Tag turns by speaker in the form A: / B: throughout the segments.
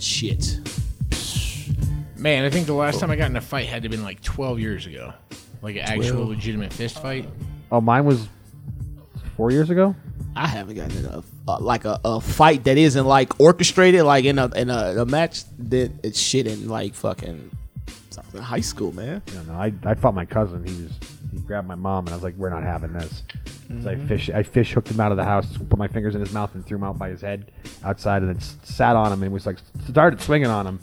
A: shit. Man, I think the
B: Oh.
A: last time I got in a fight had to have been like 12 years ago. Like an actual legitimate fist fight.
B: Oh, mine was four years ago.
C: I haven't gotten in a uh, like a, a fight that isn't like orchestrated, like in a in a, a match that it's shit in like fucking something high school, man.
B: I don't know. I, I fought my cousin. He was he grabbed my mom, and I was like, "We're not having this." So I fish I fish hooked him out of the house, put my fingers in his mouth, and threw him out by his head outside, and then s- sat on him and was like started swinging on him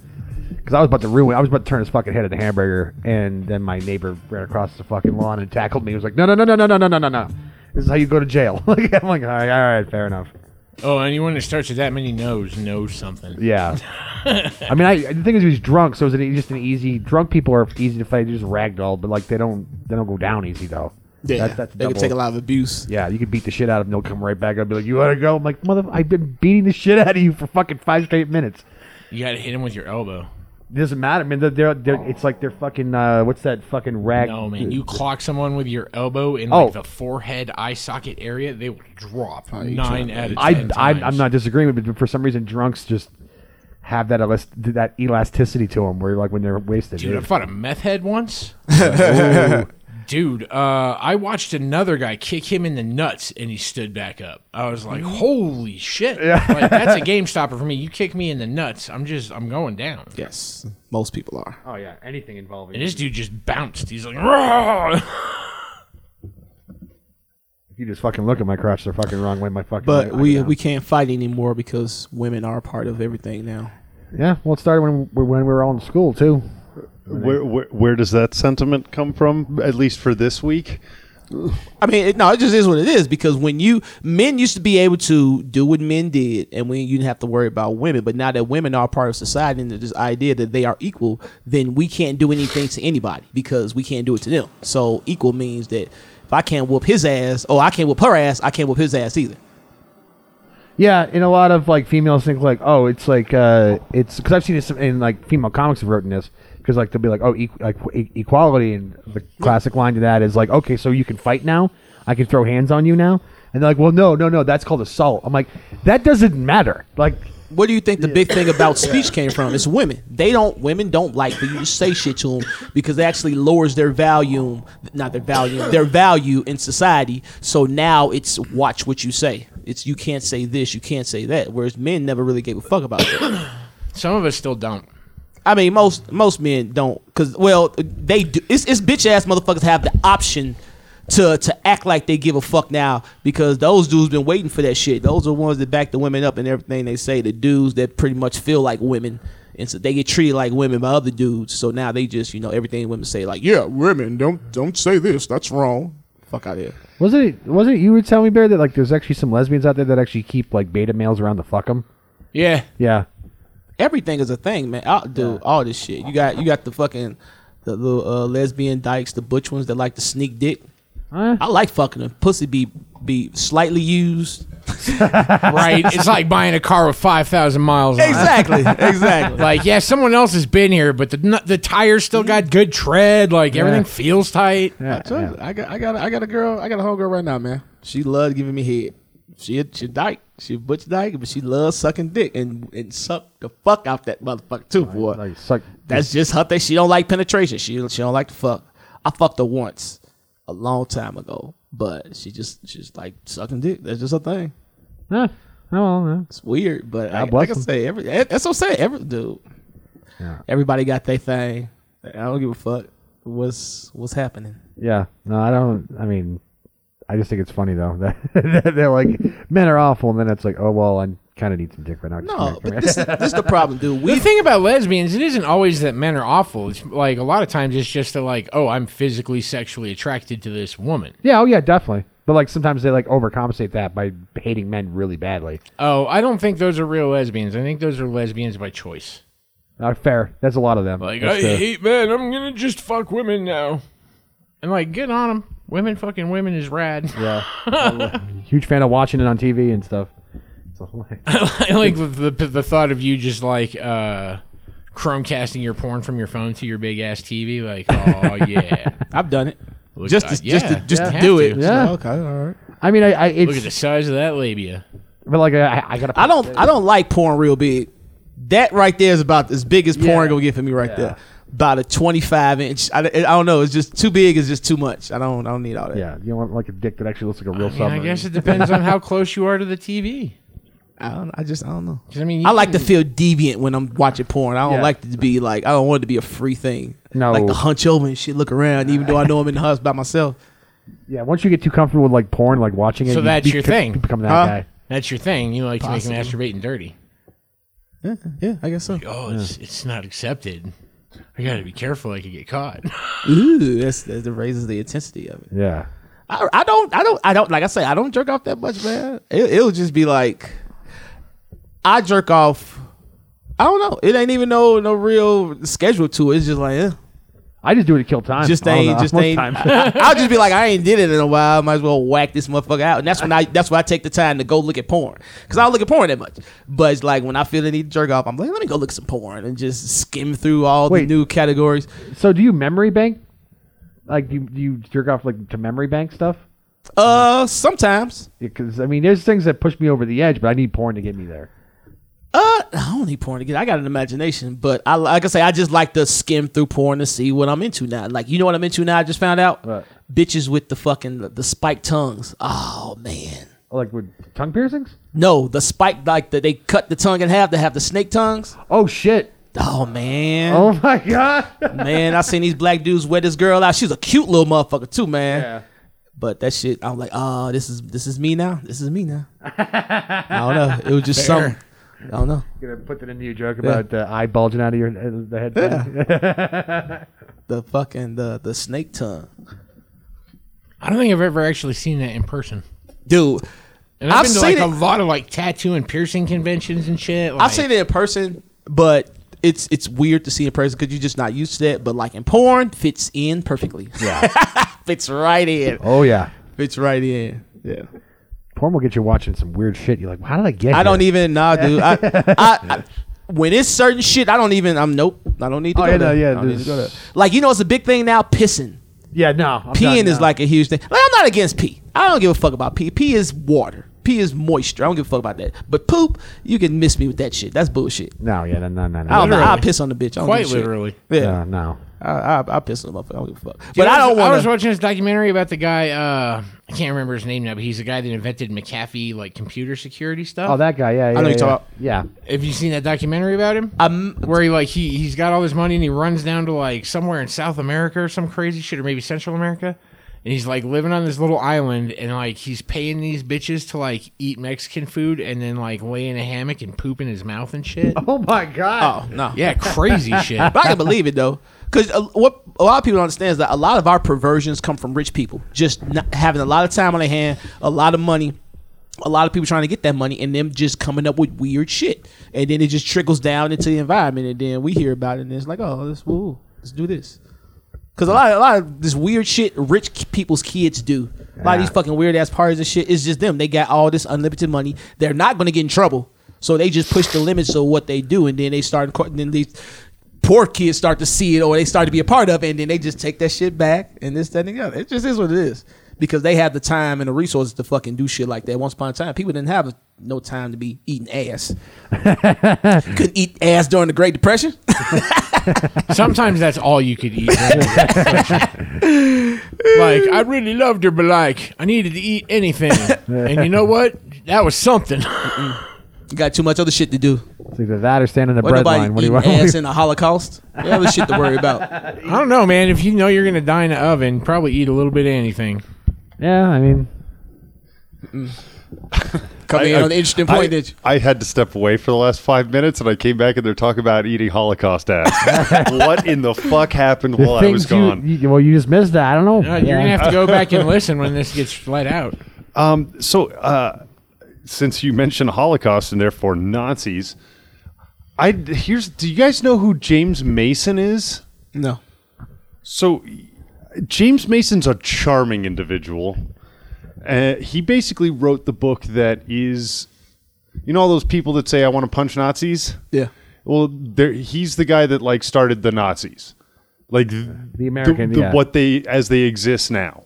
B: because I was about to ruin. I was about to turn his fucking head into hamburger, and then my neighbor ran across the fucking lawn and tackled me. He was like, "No, no, no, no, no, no, no, no, no, no." This is how you go to jail. like I'm like, all right, all right, fair enough.
A: Oh, anyone that starts with that many no's knows something.
B: Yeah. I mean, I the thing is, he was drunk, so it was an, e, just an easy. Drunk people are easy to fight. They just ragdoll, but like they don't they don't go down easy though.
C: Yeah,
B: That's- that's
C: they could
B: double-
C: take a lot of abuse.
B: Yeah, you could beat the shit out of them. They'll come right back. I'll be like, "You wanna go?" I'm like, "Mother, I've been beating the shit out of you for fucking five straight minutes."
A: You got to hit him with your elbow.
B: It doesn't matter, man. They're, they're, they're it's like they're fucking. Uh, what's that fucking rag?
A: No, man. You clock someone with your elbow in like
B: Oh.
A: the forehead eye socket area, they will drop nine out of
B: I,
A: ten
B: I
A: times.
B: I'm not disagreeing with, it, but for some reason, drunks just have that elas- that elasticity to them, where like when they're wasted.
A: Dude, I
B: they're-
A: fought a meth head once. Dude, uh, I watched another guy kick him in the nuts and he stood back up. I was like, holy shit. Like, that's a game stopper for me. You kick me in the nuts, I'm just, I'm going down.
C: Yes, most people are.
B: oh yeah, anything involving.
A: And this dude just bounced. He's like, "Rawr!"
B: If you just fucking look at my crotch, they're fucking wrong way. My fucking.
C: But
B: I- I
C: we
B: go down.
C: we can't fight anymore because women are a part of everything now.
B: yeah. Well, it started when we- when we were all in school too.
D: Where, where where does that sentiment come from? At least for this week,
C: I mean, it, no, it just is what it is because when you men used to be able to do what men did, and when you didn't have to worry about women, but now that women are part of society and there's this idea that they are equal, then we can't do anything to anybody because we can't do it to them. So equal means that if I can't whoop his ass, oh, I can't whoop her ass, I can't whoop his ass either.
B: Yeah, and a lot of like females think like, oh, it's like uh, it's because I've seen this in like female comics have written this because like they'll be like, oh, equ- like e- equality, and the classic line to that is like, okay, so you can fight now, I can throw hands on you now, and they're like, well, no, no, no, that's called assault. I'm like, that doesn't matter. Like,
C: What do you think the big thing about speech came from? It's women. They don't. Women don't like for you to say shit to them because it actually lowers their value, not their value, their value in society. So now it's watch what you say. It's you can't say this, you can't say that. Whereas men never really gave a fuck about that.
A: Some of us still don't.
C: I mean, most most men don't because well, they do. It's, it's bitch ass motherfuckers have the option. To, to act like they give a fuck now because those dudes been waiting for that shit. Those are the ones that back the women up and everything they say. The dudes that pretty much feel like women, and so they get treated like women by other dudes. So now they just you know everything women say like yeah women don't don't say this that's wrong. Fuck out here.
B: wasn't it wasn't it you were telling me Bear that like there's actually some lesbians out there that actually keep like beta males around to fuck them?
A: Yeah.
B: Yeah,
C: everything is a thing, man. I'll do all this shit. You got you got the fucking the little uh, lesbian dykes, the butch ones that like to sneak dick.
B: Huh?
C: I like fucking them. Pussy be be slightly used.
A: Right? it's like buying a car with 5,000 miles on it.
C: Exactly, exactly.
A: Like, yeah, someone else has been here, but the nu- the tires still got good tread. Like, everything feels tight.
B: yeah, yeah.
C: I got I got I got a girl. I got a whole girl right now, man. She loves giving me head. She a- she a dyke. She a butch dyke, but she loves sucking dick and and suck the fuck out that motherfucker too, boy.
B: Like, suck.
C: That's just her thing. She don't like penetration. She she don't like to fuck. I fucked her once a long time ago, but she just she's like sucking dick. That's just her thing.
B: Huh. Oh, well, yeah.
C: It's weird, but I,
B: God bless
C: like I
B: them.
C: say, every eh, that's what I'm saying. Every dude,
B: Yeah.
C: everybody got their thing. I don't give a fuck what's what's happening.
B: Yeah. No, I don't. I mean, I just think it's funny though that, that they're like men are awful, and then it's like, oh well, I kind of need some dick right now. Just come
C: No,
B: here, come
C: but
B: here.
C: this is, this is the problem, dude.
A: The
C: We
A: thing about lesbians, it isn't always that men are awful. It's like a lot of times it's just that like, oh, I'm physically sexually attracted to this woman.
B: yeah. Oh yeah, definitely. But like sometimes they like overcompensate that by hating men really badly.
A: Oh, I don't think those are real lesbians. I think those are lesbians by choice.
B: Uh, fair. That's a lot of them.
A: Like,
B: That's
A: I
B: the-
A: hate men. I'm gonna just fuck women now. And like, good on them. Women fucking women is rad.
B: huge fan of watching it on TV and stuff. So, like,
A: I like the, the the thought of you just like uh Chromecasting your porn from your phone to your big ass TV. Like, oh yeah.
C: I've done it
A: Look,
C: just
A: uh,
C: to, just
A: yeah,
C: to, just
A: you
C: to do
A: have
C: it.
A: to.
B: yeah.
C: Okay, all right.
B: I mean, I, I
A: Look at
B: it's
A: the size of that labia.
B: but like I, I gotta.
C: I don't I don't like porn real big. That right there is about as big as porn gonna get for me right
B: Yeah.
C: there. About a 25 inch. I, I don't know. It's just too big. It's just too much. I don't. I don't need all that.
B: Yeah, you don't want like a dick that actually looks like a real
A: I, mean, I
B: submarine.
A: guess it depends on how close you are to the TV.
C: I don't. I just. I don't know.
A: 'Cause, I mean, you
C: I like to
A: can-
C: feel deviant when I'm watching porn. I don't
B: Yeah.
C: like it to be like. I don't want it to be a free thing.
B: No.
C: Like to hunch over and shit, look around, even though I know I'm in the house by myself.
B: yeah, once you get too comfortable with like porn, like watching it,
A: So
B: you
A: that's your
B: become-
A: thing.
B: Become that
C: Huh?
B: guy.
A: That's your thing. You like
C: Possibly.
A: to make masturbating dirty.
C: Yeah, yeah, I guess so.
A: Oh, it's it's not accepted. I got to be careful. I could get caught.
C: Ooh, that's, that's that raises the intensity of it.
B: Yeah.
C: I, I don't, I don't, I don't. Like I say, I don't jerk off that much, man. It, it'll just be like, I jerk off. I don't know. It ain't even no no real schedule to it. It's just like, eh.
B: I just do it to kill time.
C: just
B: I don't
C: ain't,
B: know,
C: just
B: most
C: ain't.
B: times.
C: I, I'll just be like, I ain't did it in a while. Might as well whack this motherfucker out. And that's when I, that's when I take the time to go look at porn because I don't look at porn that much. But it's like when I feel the need to jerk off, I'm like, let me go look at some porn and just skim through all the
B: Wait.
C: new categories.
B: so do you memory bank? Like do you, do you jerk off like to memory bank stuff?
C: Uh, sometimes.
B: Because I mean, there's things that push me over the edge, but I need porn to get me there.
C: Uh, I don't need porn to get. I got an imagination, but I like I say, I just like to skim through porn to see what I'm into now. Like you know what I'm into now? I just found out
B: What?
C: bitches with the fucking the spiked tongues. Oh man,
B: Like with tongue piercings?
C: no, the spike like that they cut the tongue in half. They have the snake tongues.
B: Oh shit!
C: Oh man,
B: Oh my god!
C: man, I seen these black dudes wet this girl out. She's a cute little motherfucker too, man. But that shit, I'm like, oh, this is this is me now. This is me now. I don't know. It was just something. I don't know.
B: Gonna put it into your joke about the eye bulging out of your uh, the head. Yeah.
C: The fucking the the snake tongue,
A: I don't think I've ever actually seen that in person.
C: dude.
A: And I've,
C: I've
A: been to
C: seen
A: like a
C: it.
A: lot of like tattoo and piercing conventions and shit. Like,
C: I've seen it in person, but it's it's weird to see in person because you're just not used to that. But like in porn, fits in perfectly. Yeah, fits right in.
B: Oh yeah.
C: Fits right in. Yeah.
B: Porn will get you watching some weird shit. You're like, how did I get?
C: I don't
B: here?"
C: even nah, dude. I, I, I when it's certain shit, I don't even. I'm nope. I don't need to.
B: Oh
C: go
B: yeah, no,
C: there.
B: yeah.
C: I don't need to
B: there's-
C: go there. Like you know, it's a big thing now. Pissing.
B: Yeah, no. I'm
C: Peeing
B: done
C: is
B: now.
C: like a huge thing. Like I'm not against pee. I don't give a fuck about pee. Pee is water. Pee is moisture. I don't give a fuck about that. But poop, you can miss me with that shit. That's bullshit.
B: no, yeah, no, no, no, no.
C: I don't know. I'll
A: Literally.
C: piss on the bitch. I don't
A: Quite
C: give a shit.
A: literally.
C: Yeah.
B: Yeah, no.
C: I, I, I piss on the motherfucker. I don't give a fuck.
A: Dude,
C: But I don't
A: was- I was
C: want to.
A: watching this documentary about the guy. Uh, I can't remember his name now, but he's the guy that invented McAfee like computer security stuff.
B: Oh, that guy. Yeah, yeah.
C: know
B: yeah,
C: you're talking
B: Yeah.
A: Have you seen that documentary about him?
C: I'm
A: Where he like he he's got all this money and he runs down to like somewhere in South America or some crazy shit or maybe Central America, and he's like living on this little island and like he's paying these bitches to like eat Mexican food and then like lay in a hammock and poop in his mouth and shit.
B: Oh my god.
C: oh no.
A: Yeah, crazy shit.
C: But I can believe it though, because what a lot of people don't understand is that a lot of our perversions come from rich people, just not having a lot of time on their hand, a lot of money. A lot of people trying to get that money and them just coming up with weird shit. And then it just trickles down into the environment and then we hear about it and it's like, oh, let's woo, let's do this. Cause a lot, a lot of this weird shit rich k- people's kids do. A lot of these fucking weird ass parties and shit. It's just them. They got all this unlimited money. They're not gonna get in trouble, so they just push the limits of what they do, and then they start. co- Then these poor kids start to see it, or they start to be a part of it, and then they just take that shit back and this, that, and the other. It just is what it is because they have the time and the resources to fucking do shit like that. Once upon a time, people didn't have no time to be eating ass. Couldn't eat ass during the Great Depression.
A: Sometimes that's all you could eat. like I really loved her, but like I needed to eat anything, and you know what? That was something.
C: got too much other shit to do.
B: It's either that or standing the
C: Oh. What
B: bread
C: nobody
B: line. What do
C: eating
B: you want?
C: ass in the Holocaust? Yeah, other shit to worry about.
A: I don't know, man. If you know you're gonna die in the oven, probably eat a little bit of anything.
B: yeah, I mean,
C: Come in
D: I-
C: on the interesting
D: I-
C: point that you,
D: I had to step away for the last five minutes, and I came back, and they're talking about eating Holocaust ass. what in the fuck happened
B: the
D: while I
B: things
D: was
B: you,
D: gone?
B: you well, you just missed that. I don't know.
A: Uh, You're gonna have to go back and listen when this gets let out.
D: Um, so, uh, since you mentioned Holocaust and therefore Nazis, I here's. Do you guys know who James Mason is?
C: no.
D: So, James Mason's a charming individual. Uh, he basically wrote the book that is, you know, all those people that say, I want to punch Nazis?
C: Yeah.
D: Well, there, he's the guy that, like, started the Nazis. Like, th-
B: The American, yeah. Mm-hmm.
D: What they, as they exist now.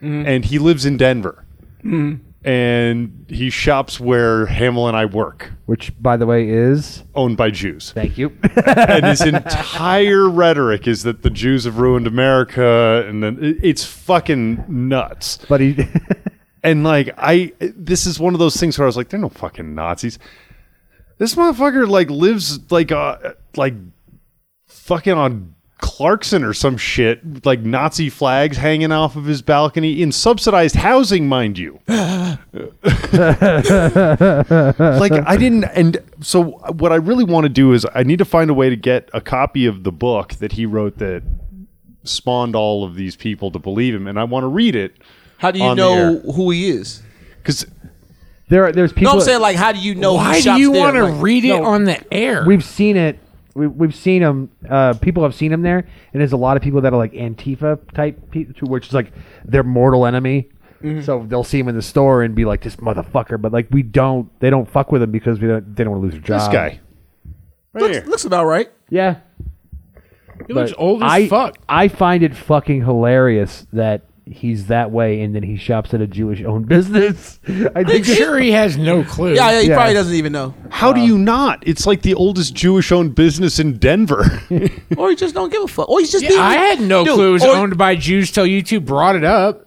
D: And he lives in Denver. and he shops where Hamill and I work,
B: Which, by the way, is
D: owned by Jews.
B: thank you.
D: and his entire rhetoric is that the Jews have ruined America, and then it- it's fucking nuts.
B: but he.
D: And like I, this is one of those things where I was like, they're no fucking Nazis. This motherfucker like lives like uh like fucking on Clarkson or some shit, with, like Nazi flags hanging off of his balcony in subsidized housing, mind you. like I didn't, and so what I really want to do is I need to find a way to get a copy of the book that he wrote that spawned all of these people to believe him, and I want to read it
C: How do you
D: On the
C: know who he is?
D: because.
B: there, are, there's people.
C: No, I'm saying like, how do you know?
A: Why
C: who
A: do
C: shops
A: you
C: there?
A: want to
C: Like,
A: read it
C: no.
A: on the air?
B: we've seen it. We, we've seen him. Uh, people have seen him there, and there's a lot of people that are like Antifa type people, which is like their mortal enemy. So they'll see him in the store and be like, "This motherfucker," but like we don't. They don't fuck with him because we don't. They don't want to lose their job.
D: This guy. Right here.
C: Looks, looks about right.
B: Yeah.
A: he looks
B: But
A: old as
B: I,
A: fuck.
B: I find it fucking hilarious that he's that way and then he shops at a Jewish owned business. I
A: I'm
B: think
A: sure he has no clue.
C: Yeah, yeah. He
B: Yeah.
C: probably doesn't even know,
D: How do you not? It's like the oldest Jewish owned business in Denver.
C: or he just don't give a fuck, or he's just.
A: Yeah,
C: being-
A: I had no
C: Dude,
A: clue it was
C: or-
A: owned by Jews till you two brought it up.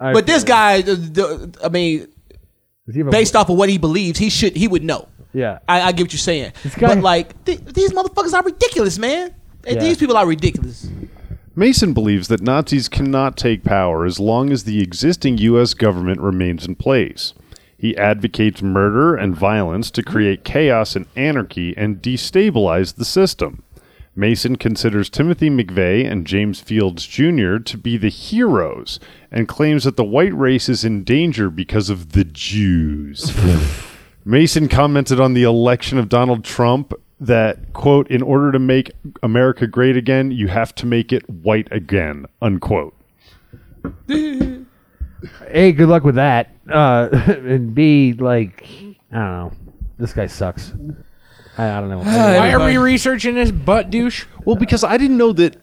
C: But this guy, the- the- I mean,
B: Does he have a-
C: based off of what he believes, he should he would know.
B: yeah.
C: I, I get what you're saying,
B: guy-
C: but like th- these motherfuckers are ridiculous, man. And
B: Yeah.
C: These people are ridiculous.
D: Mason believes that Nazis cannot take power as long as the existing U.S. government remains in place. He advocates murder and violence to create chaos and anarchy and destabilize the system. Mason considers Timothy McVeigh and James Fields Jr. to be the heroes and claims that the white race is in danger because of the Jews. Mason commented on the election of Donald Trump that, quote, in order to make America great again, you have to make it white again, unquote.
B: A, good luck with that. Uh, and B, like, I don't know. This guy sucks. I, I don't know.
A: Why are we researching this butt douche?
D: Well, because I didn't know that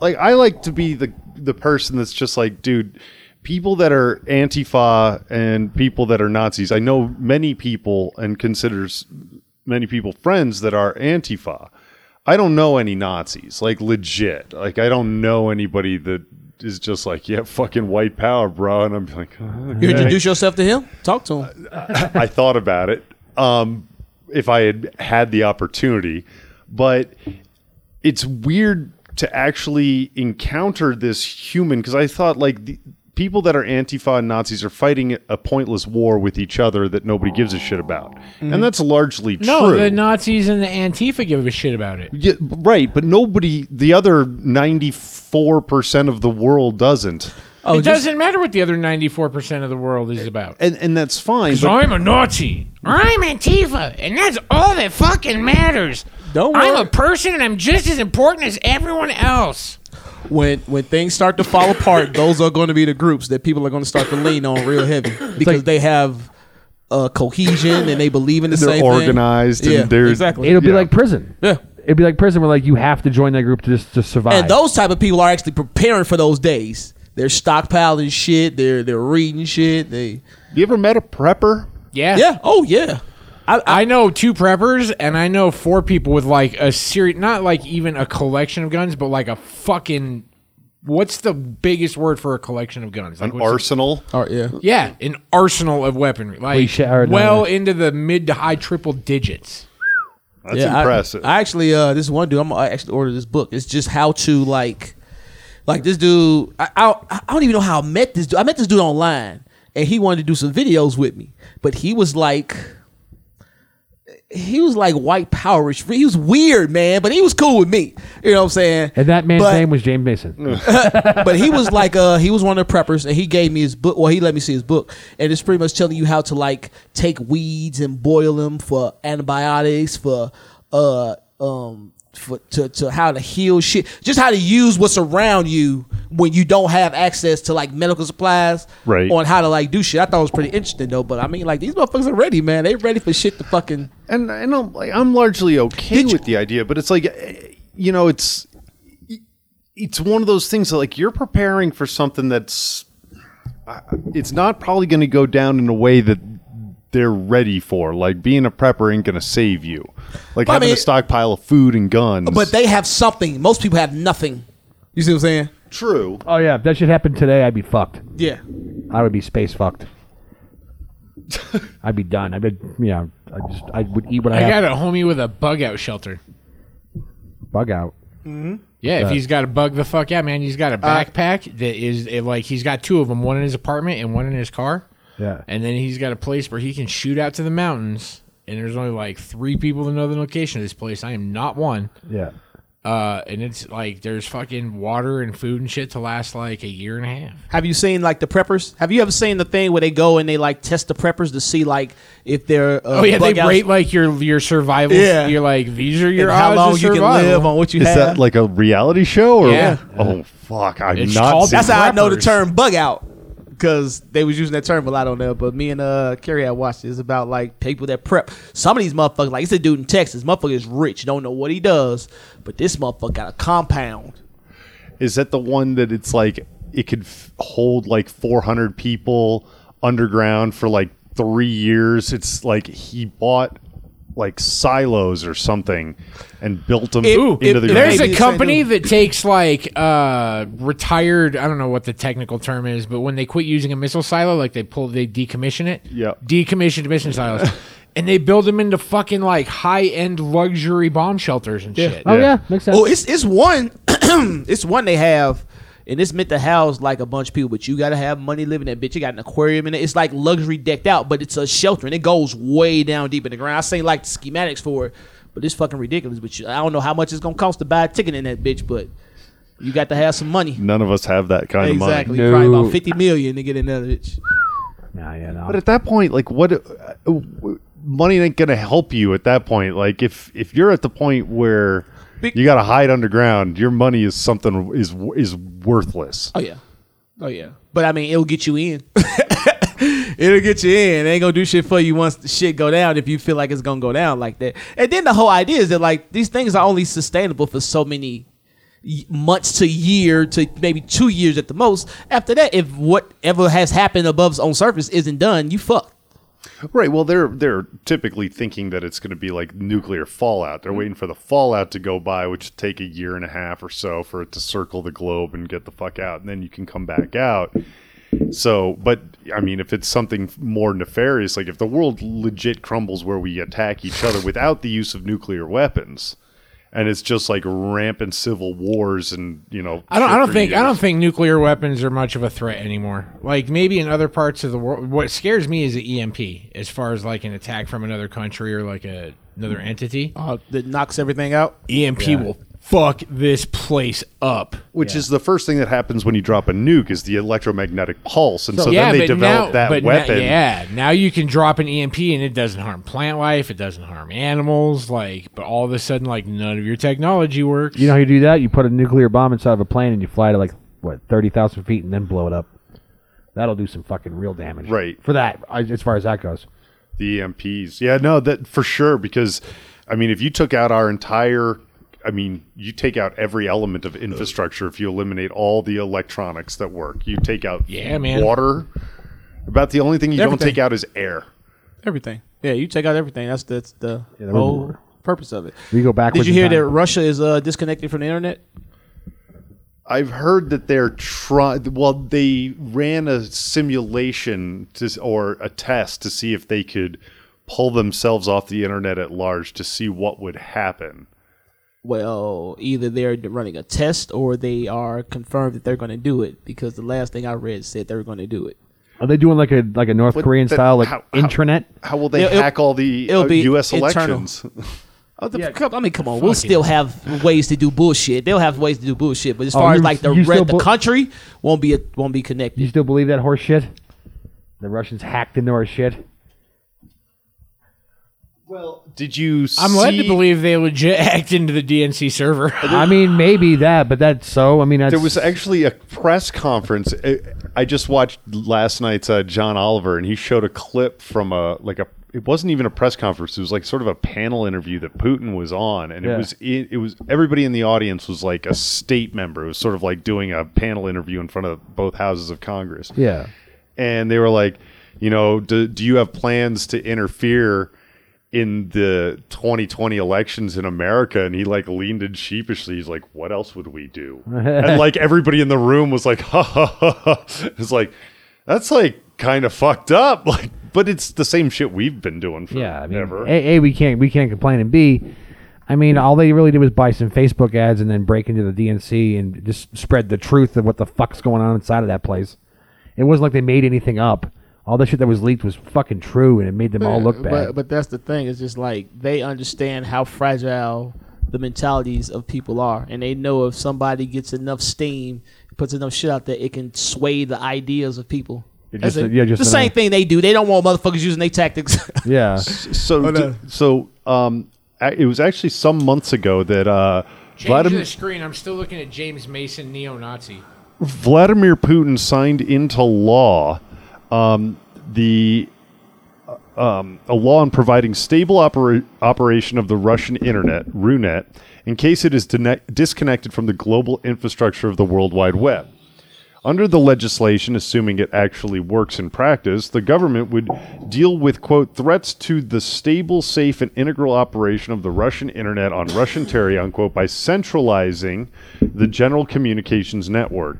D: like I like to be the the person that's just like, dude, people that are Antifa and people that are Nazis. I know many people and considers many people friends that are Antifa. I don't know any Nazis, like legit. Like I don't know anybody that is just like, yeah, fucking white power, bro. And I'm like,
C: You
D: okay.
C: introduce yourself to him, talk to him.
D: I thought about it um, if I had had the opportunity, but it's weird to actually encounter this human because I thought like the people that are Antifa and Nazis are fighting a pointless war with each other that nobody gives a shit about, and that's largely
A: No,
D: true.
A: the Nazis and the Antifa give a shit about it.
D: Yeah, right, but nobody, the other 94% of the world doesn't.
A: it doesn't matter what the other 94% of the world is about.
D: And, and that's fine.
A: So I'm a Nazi. I'm Antifa, and that's all that fucking matters.
C: Don't
A: I'm
C: worry.
A: a person, and I'm just as important as everyone else.
C: When when things start to fall apart, those are going to be the groups that people are going to start to lean on real heavy because they have uh, cohesion and they believe in the
D: They're
C: same
D: organized
C: thing.
D: and they're-
C: exactly.
B: It'll be
D: Yeah.
B: like prison.
C: Yeah.
B: It'd be like prison where, like, you have to join that group to just to survive.
C: And those type of people are actually preparing for those days. They're stockpiling shit. They're they're reading shit. They
D: you ever met a prepper?
A: Yeah.
C: yeah. Oh yeah. I, I,
A: I know two preppers, and I know four people with like a series, not like even a collection of guns, but like a fucking. What's the biggest word for a collection of guns? Like
D: An
A: what's the-
D: arsenal?
C: oh, yeah.
A: Yeah, an arsenal of weaponry.
B: We
A: Like
B: should- or no,
A: well
B: no.
A: into the mid to high triple digits.
D: That's
C: yeah, I-
D: impressive.
C: I, actually, uh, this one dude, I'm gonna actually order this book. It's just how to like, like this dude. I, I I don't even know how I met this dude. I met this dude online, and he wanted to do some videos with me, but he was like. He was like white powerish. He was weird, man, but he was cool with me. You know what I'm saying?
B: and that man's
C: But-
B: name was James Mason.
C: but he was like uh he was one of the preppers and he gave me his book well he let me see his book and it's pretty much telling you how to like take weeds and boil them for antibiotics for uh um for to, to how to heal shit just how to use what's around you when you don't have access to like medical supplies
D: Right.
C: on how to like do shit i thought it was pretty interesting though but i mean like these motherfuckers are ready man they ready for shit to fucking
D: and and I'm like I'm largely okay
C: Did you-
D: with the idea, but it's like eh, you know, it's it's one of those things that like you're preparing for something that's uh, it's not probably going to go down in a way that they're ready for. Like being a prepper ain't going to save you. Like
E: But I
D: having
E: mean-
D: a stockpile of food and guns.
E: But they have something. Most people have nothing. You see what I'm saying?
D: true.
B: Oh yeah, if that shit happened today, I'd be fucked.
E: Yeah.
B: I would be space fucked. I'd be done. I'd be yeah. I just I would eat what I,
A: I
B: have.
A: got a homie with a bug out shelter.
B: Bug out.
A: Yeah, if he's got to bug the fuck out, man, he's got a
D: Uh,
A: backpack that is it, like he's got two of them, one in his apartment and one in his car.
B: Yeah.
A: And then he's got a place where he can shoot out to the mountains. And there's only like three people that know the location of this place. I am not one.
B: Yeah.
A: Uh, and it's like there's fucking water and food and shit to last like a year and a half.
C: Have you seen like the preppers? Have you ever seen the thing where they go and they like test the preppers to see like if they're uh,
A: Oh yeah, they
C: bug outs-
A: rate like your your survival.
C: Yeah.
A: You're like these are your
C: and
A: odds
C: how long
A: of
C: you can
A: survival.
C: live on what you
D: Is
C: have.
D: that like a reality show or?
A: Yeah.
D: Oh fuck! I'm
A: It's
D: not.
A: called-
D: seeing-
C: That's how I know the
A: preppers.
C: term bug out because they was using that term a lot on there. But me and uh Carrie had watched it. It's about like people that prep. Some of these motherfuckers, like it's a dude in Texas, motherfucker is rich, don't know what he does, but this motherfucker got a compound.
D: Is that the one that it's like it could f- hold like 400 people underground for like three years? It's like he bought like silos or something and built them
A: Ooh,
D: into the
A: there's
D: ground.
A: a company that takes like uh retired i don't know what the technical term is but when they quit using a missile silo like they pull they decommission it
D: Yeah.
A: decommissioned mission silos and they build them into fucking like high-end luxury bomb shelters and shit
B: Oh yeah,
D: Yeah.
B: makes sense.
C: Oh, it's it's one, it's one they have, and it's meant to house like a bunch of people. But you gotta have money living in that bitch. You got an aquarium in it. It's like luxury decked out, but it's a shelter and it goes way down deep in the ground. I seen like the schematics for it, but it's fucking ridiculous. But you, I don't know how much it's gonna cost to buy a ticket in that bitch, but you got to have some money.
D: None of us have that kind of money.
C: Exactly,
B: No.
C: probably about fifty million to get in that bitch.
B: nah, yeah, no.
D: But at that point, like what? uh, w- Money ain't gonna help you at that point. Like if if you're at the point where you gotta hide underground, your money is something is is worthless.
C: Oh yeah, oh yeah. But I mean, it'll get you in. it'll get you in. It ain't gonna do shit for you once the shit go down if you feel like it's gonna go down like that. And then the whole idea is that like these things are only sustainable for so many y- months to year to maybe two years at the most. After that, if whatever has happened above on surface isn't done, you fuck.
D: Right. Well, they're they're typically thinking that it's going to be like nuclear fallout.
A: Mm-hmm.
D: They're waiting for the fallout to go by, which would take a year and a half or so for it to circle the globe and get the fuck out, and then you can come back out. So, but I mean, if it's something more nefarious, like if the world legit crumbles where we attack each other without the use of nuclear weapons, and it's just like rampant civil wars and you know,
A: I don't. I
D: shit
A: don't
D: for
A: think. I
D: years.
A: don't think nuclear weapons are much of a threat anymore. Like maybe in other parts of the world. What scares me is the EMP, as far as like an attack from another country or like a, another entity.
C: Uh, that knocks everything out.
A: EMP will fuck this place up.
D: Which is the first thing that happens when you drop a nuke is the electromagnetic pulse, and so, then they
A: but
D: develop
A: now-
D: that
A: but now-
D: weapon.
A: yeah, now you can drop an EMP and it doesn't harm plant life. It doesn't harm animals. Like, but all of a sudden, like none of your technology works.
B: you know how you do that? You put a nuclear bomb inside of a plane and you fly to like what thirty thousand feet and then blow it up. That'll do some fucking real damage.
D: Right.
B: For that, I, as far as that goes.
D: The EMPs. Yeah, no, that for sure. Because, I mean, if you took out our entire, I mean, you take out every element of infrastructure. If you eliminate all the electronics that work, you take out
A: Yeah, man.
D: water. About the only thing you don't
C: Everything.
D: take out is air.
C: Everything. Yeah, you take out everything. That's that's the
B: Yeah, that would-
C: whole purpose of it.
B: We go
C: Did
B: backwards
C: you
B: in
C: hear
B: time.
C: that Russia is uh, disconnected from the internet?
D: I've heard that they're trying. Well, they ran a simulation to, s- or a test to see if they could pull themselves off the internet at large to see what would happen.
C: well, either they're running a test or they are confirmed that they're going to do it because the last thing I read said they were going to do it.
B: Are they doing like a like a North
D: But
B: Korean
D: that-
B: style like
D: how- how-
B: intranet?
D: How will they
C: It'll-
D: hack all the
C: it'll
D: uh,
C: be
D: U.S.
C: internal.
D: elections?
C: Oh, the, come- I mean, come on, we'll still have ways to do bullshit. They'll have ways to do bullshit, but as
B: Oh,
C: far as
B: you-
C: like the
B: you
C: re-
B: still
C: the
B: bu-
C: country won't be won't be connected.
B: You still believe that horse shit? The Russians hacked into our shit.
D: Well, did you?
A: I'm led to
D: see-
A: believe they legit hacked into the DNC server.
B: I mean, maybe that, but that's so. I mean, that's,
D: there was actually a press conference. I- I just watched last night's uh, John Oliver, and he showed a clip from a like a. It wasn't even a press conference. It was like sort of a panel interview that Putin was on, and
B: Yeah.
D: it was it, it was everybody in the audience was like a state member. It was sort of like doing a panel interview in front of both houses of Congress.
B: yeah.
D: and they were like, you know, do, do you have plans to interfere in the 2020 elections in America? And he like leaned in sheepishly. He's like, what else would we do? and like everybody in the room was like, ha ha ha. ha. It's like that's like kind of fucked up. Like, but it's the same shit we've been doing for
B: Yeah, I mean, eh.
D: ever.
B: A, a we can't we can't complain, and B, I mean, all they really did was buy some Facebook ads and then break into the DNC and just spread the truth of what the fuck's going on inside of that place. It wasn't like they made anything up. All the shit that was leaked was fucking true, and it made them all look bad.
C: But, but that's the thing. It's just like they understand how fragile the mentalities of people are, and they know if somebody gets enough steam, puts enough shit out there, it can sway the ideas of people.
B: It
C: That's
B: just-
C: it.
B: yeah, just
C: the same
B: enough.
C: thing they do. They don't want motherfuckers using their tactics.
B: yeah,
D: So, d- so um, a- it was actually some months ago that uh,
A: Change
D: Vladimir
A: the screen. I'm still looking at James Mason, neo-Nazi.
D: Vladimir Putin signed into law um, the um, a law on providing stable opera- operation of the Russian internet, RUNET, in case it is dine- disconnected from the global infrastructure of the World Wide Web. Under the legislation, assuming it actually works in practice, the government would deal with, quote, threats to the stable, safe, and integral operation of the Russian internet on Russian territory, unquote, by centralizing the general communications network.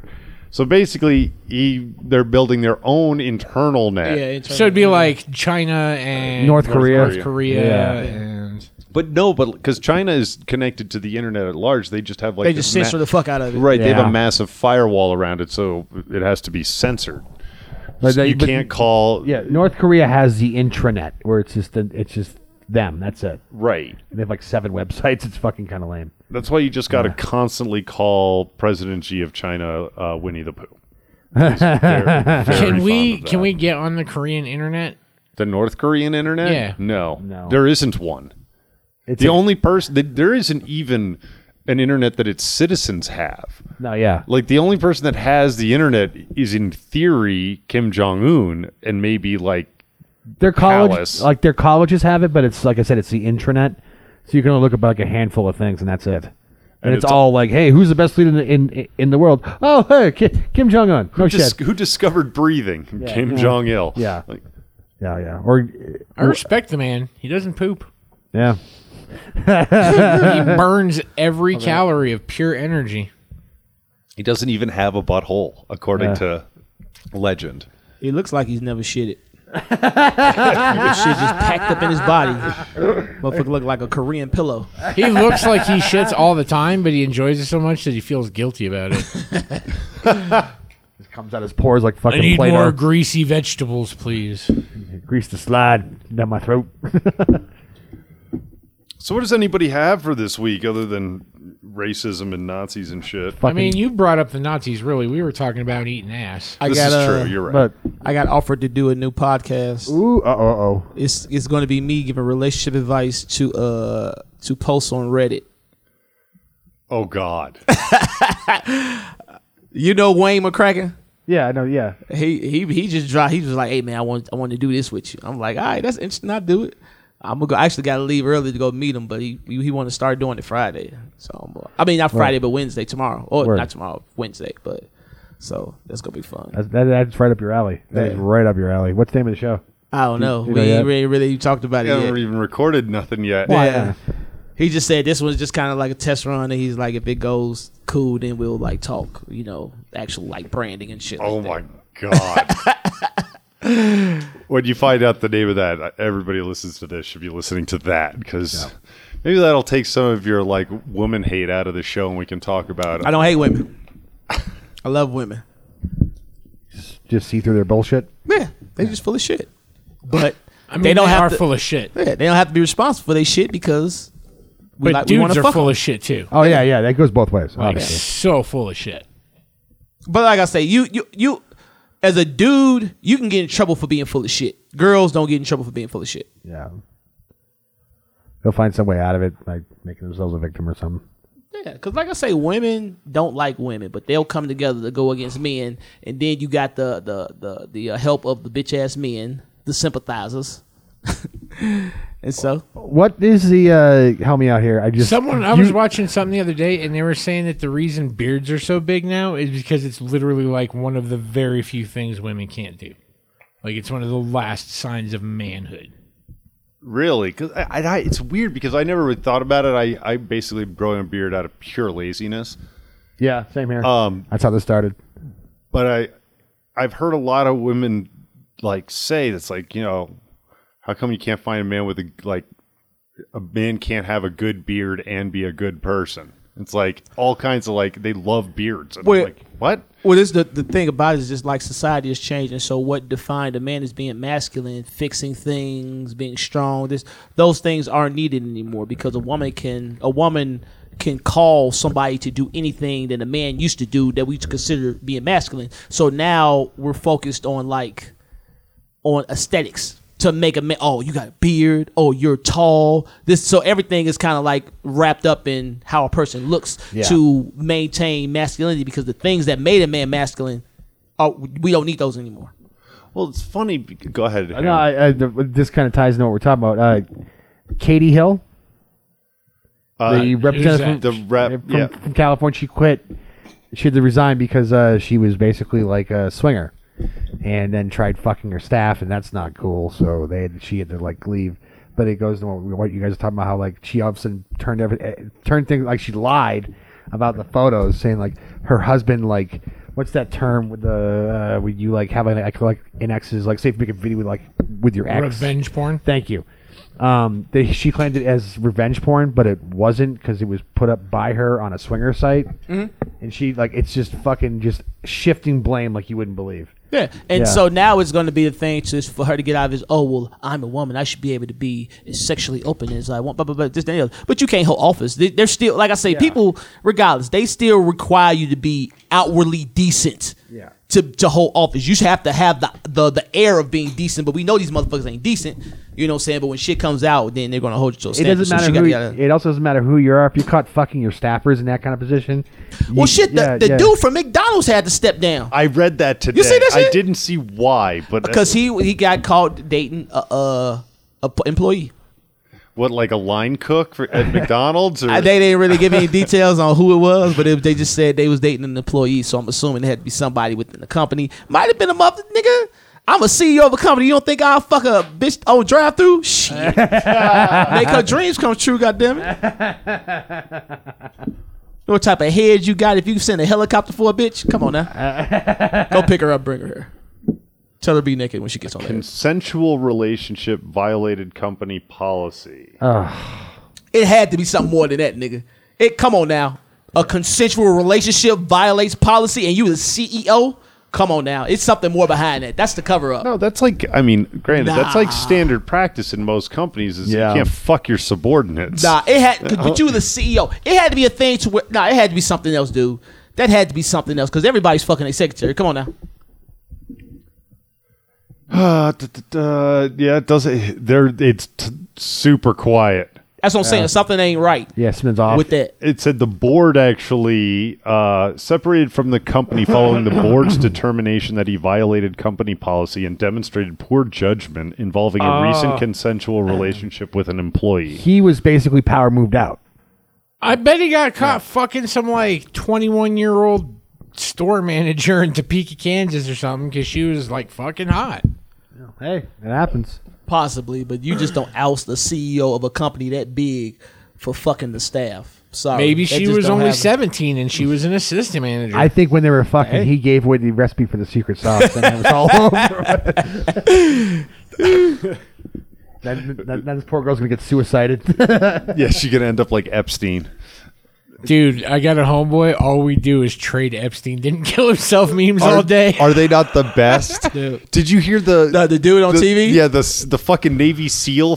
D: So basically, he, they're building their own internal net.
A: So it'd be like China and
B: North Korea.
A: North Korea
B: Yeah.
A: and
D: But no, but because China is connected to the internet at large, they just have like
C: they
D: this
C: just censor
D: ma-
C: the fuck out of it.
D: right. They have
B: Yeah.
D: a massive firewall around it, so it has to be censored.
B: Like they-
D: you
B: but-
D: can't call.
B: yeah. North Korea has the intranet where it's just it's just them. That's it.
D: right.
B: They have like seven websites. It's fucking kind of lame.
D: That's why you just got to constantly call President Xi of China uh, Winnie the Pooh. He's very, very fond
A: Can we
D: of that.
A: can we get on the Korean internet?
D: the North Korean internet?
A: Yeah.
D: No,
B: No.
D: there isn't one.
B: It's
D: The
B: a-
D: only person that there isn't even an internet that its citizens have.
B: no, yeah.
D: Like the only person that has the internet is in theory Kim Jong Un and maybe like
B: their college
D: Palace.
B: like their colleges have it, but it's like I said, it's the intranet, so you can only look up like a handful of things, and that's it. And, it's,
D: it's
B: all like, hey, who's the best leader in in, in the world? Oh, hey, Ki- Kim Jong Un. No shit.
D: dis- who discovered breathing Kim Jong Il.
B: Yeah.
D: Like,
B: yeah, yeah. Or
A: I respect the man. He doesn't poop.
B: yeah,
A: He burns every calorie of pure energy.
D: he doesn't even have a butthole, according
B: Yeah.
D: to legend.
C: It looks like he's never shitted. That shit just packed up in his body. Motherfucker look like a Korean pillow.
A: He looks like he shits all the time, but he enjoys it so much that he feels guilty about it.
B: it comes out as pores like
A: I
B: fucking
A: need
B: Play-Doh.
A: more greasy vegetables, please.
B: Grease the slide down my throat.
D: So, what does anybody have for this week other than racism and Nazis and shit?
A: I mean, you brought up the Nazis. Really, we were talking about eating ass.
C: I
D: this
C: got
D: is
C: uh,
D: true. You're right.
B: but
C: I got offered to do a new podcast.
B: ooh, uh oh,
C: It's it's going to be me giving relationship advice to uh to posts on Reddit.
D: oh God,
C: You know Wayne McCracken?
B: yeah, I know, yeah.
C: He he he just dropped. He was like, "Hey man, I want I want to do this with you." I'm like, "All right, that's interesting. I'll do it." I'm gonna go. I actually got to leave early to go meet him, but he he, he want to start doing it Friday. So I'm, uh, I mean, not Friday, but Wednesday tomorrow, or
B: Word.
C: not tomorrow, Wednesday. But so that's gonna be fun.
B: That's, that, that's right up your alley. That is right up your alley. What's the name of the show?
C: I don't know.
B: you
C: we
B: know
C: ain't
B: yet?
C: really, really talked about
D: I
C: it
D: haven't
C: yet.
D: even recorded nothing yet.
C: Yeah. He just said this one's just kind of like a test run, and he's like, if it goes cool, then we'll like talk, you know, actual like branding and shit.
D: Oh
C: like
D: my God. when you find out the name of that, everybody who listens to this should be listening to that because maybe that'll take some of your like woman hate out of the show, and we can talk about
C: that. I don't hate women. I love women.
B: Just see through their bullshit.
C: Yeah, they just full of shit. But
A: I mean,
C: they don't
A: are
C: have to,
A: full of shit,
C: yeah, they don't have to be responsible for their shit because we
A: but
C: like we want
A: dudes
C: to
A: are
C: fuck. 'em.
A: full of shit too.
B: Oh yeah, yeah. That goes both ways.
A: Like,
B: obviously.
A: so full of shit.
C: But like I say, you you you as a dude, you can get in trouble for being full of shit. Girls don't get in trouble for being full of shit.
B: Yeah. They'll find some way out of it, like making themselves a victim or something.
C: Yeah, because like I say, women don't like women, but they'll come together to go against men, and then you got the the the the uh, help of the bitch ass men, the sympathizers, and so
B: What is the uh help me out here? I just
A: Someone I
B: you-
A: was watching something the other day, and they were saying that the reason beards are so big now is because it's literally like one of the very few things women can't do. Like it's one of the last signs of manhood.
D: Really? Because I, I, I- it's weird because I never really thought about it. I, I basically grow a beard out of pure laziness.
B: Yeah, same here.
D: Um,
B: That's how this started.
D: but I I've heard a lot of women like say that's like you know how come you can't find a man with a like a man can't have a good beard and be a good person. It's like all kinds of like they love beards. And I'm
C: Wait.
D: like what?
C: Well, this the the thing about it is just like society is changing. So what defined a man as being masculine, fixing things, being strong. This those things aren't needed anymore because a woman can a woman can call somebody to do anything that a man used to do that we consider being masculine. So now we're focused on like on aesthetics to make a man. Oh, you got a beard. Oh, you're tall. This so everything is kind of like wrapped up in how a person looks to maintain masculinity because the things that made a man masculine, oh, we don't need those anymore.
D: Well, it's funny. be- Go ahead.
B: No,
D: Hannah.
B: I, I, the, this kind of ties into what we're talking about. Uh, Katie Hill,
D: Uh,
B: the representative
A: that?
D: the rep.
B: from,
D: yeah.
B: from California, she quit. She had to resign because uh, she was basically like a swinger, and then tried fucking her staff, and that's not cool. So they had, she had to like leave. But it goes to what, what you guys are talking about, how like she all of a sudden turned every eh, turned things like she lied about the photos, saying like her husband like. What's that term with the uh, when you like have an ex- like an ex's like say if you make a video with like with your ex
A: Revenge porn.
B: Thank you. Um, they, she claimed it as revenge porn, but it wasn't because it was put up by her on a swinger site,
C: Mm-hmm.
B: and she like it's just fucking just shifting blame like you wouldn't believe.
C: Yeah, and
B: Yeah.
C: so now it's going to be a thing to, for her to get out of this. Oh well, I'm a woman. I should be able to be as sexually open as I want. But but but this that, and the other. But you can't hold office. They, they're still like I say, people regardless, they still require you to be outwardly decent.
B: Yeah.
C: To, to hold office, you should have to have the, the the air of being decent. But we know these motherfuckers ain't decent. You know what I'm saying? But when shit comes out, then they're gonna hold you to a
B: It
C: standard.
B: doesn't
C: So
B: matter
C: she
B: who.
C: gotta-
B: it also doesn't matter who you are if you caught fucking your staffers in that kind of position.
C: well, shit, the, the dude from McDonald's had to step down.
D: I read that today.
C: see that
D: I
C: shit?
D: didn't see why, but
C: because he he got caught dating a, a, a p- employee.
D: what like a line cook for, at McDonald's or
C: I, they didn't really give any details on who it was, but it, they just said they was dating an employee. So I'm assuming it had to be somebody within the company. Might have been a mother nigga. I'm a CEO of a company. You don't think I'll fuck a bitch on drive through? Shit, make her dreams come true. Goddamn it. What type of head you got? If you send a helicopter for a bitch, come on now. Go pick her up, bring her here. Tell her to be naked when she gets on there.
D: consensual relationship violated company policy.
C: It had to be something more than that, nigga. It come on now. A consensual relationship violates policy and you the CEO? Come on now. It's something more behind that. That's the cover up.
D: No, that's like I mean, granted, that's like
C: Nah.
D: standard practice in most companies is
B: Yeah.
D: you can't fuck your subordinates.
C: Nah, it had but you were the CEO. It had to be a thing to where nah, it had to be something else, dude. That had to be something else, because everybody's fucking a secretary. Come on now.
D: Uh, d- d- d- uh, yeah, it doesn't. There, it's t- super quiet.
C: That's what I'm saying. Something ain't right
B: yeah, Smith's off.
C: with that.
D: It said the board actually uh, separated from the company following the board's determination that he violated company policy and demonstrated poor judgment involving a
C: Oh.
D: recent consensual relationship with an employee.
B: he was basically power moved out.
A: I bet he got caught fucking some like 21 year old store manager in Topeka, Kansas or something because she was like fucking hot.
B: Hey, it happens.
C: Possibly, but you just don't oust the CEO of a company that big for fucking the staff. Sorry.
A: Maybe
C: That
A: she
C: just
A: was
C: don't
A: only
C: happen.
A: 17 and she was an assistant manager.
B: I think when they were fucking, he gave away the recipe for the secret sauce, and it was all over. then, then, then this poor girl's gonna get suicided.
D: yeah, she could end up like Epstein.
A: Dude, I got a homeboy. All we do is trade Epstein. Didn't kill himself memes all day.
D: Are they not the best? Did you hear the
C: The- the dude on
D: the-
C: TV?
D: Yeah, the s- the fucking Navy SEAL,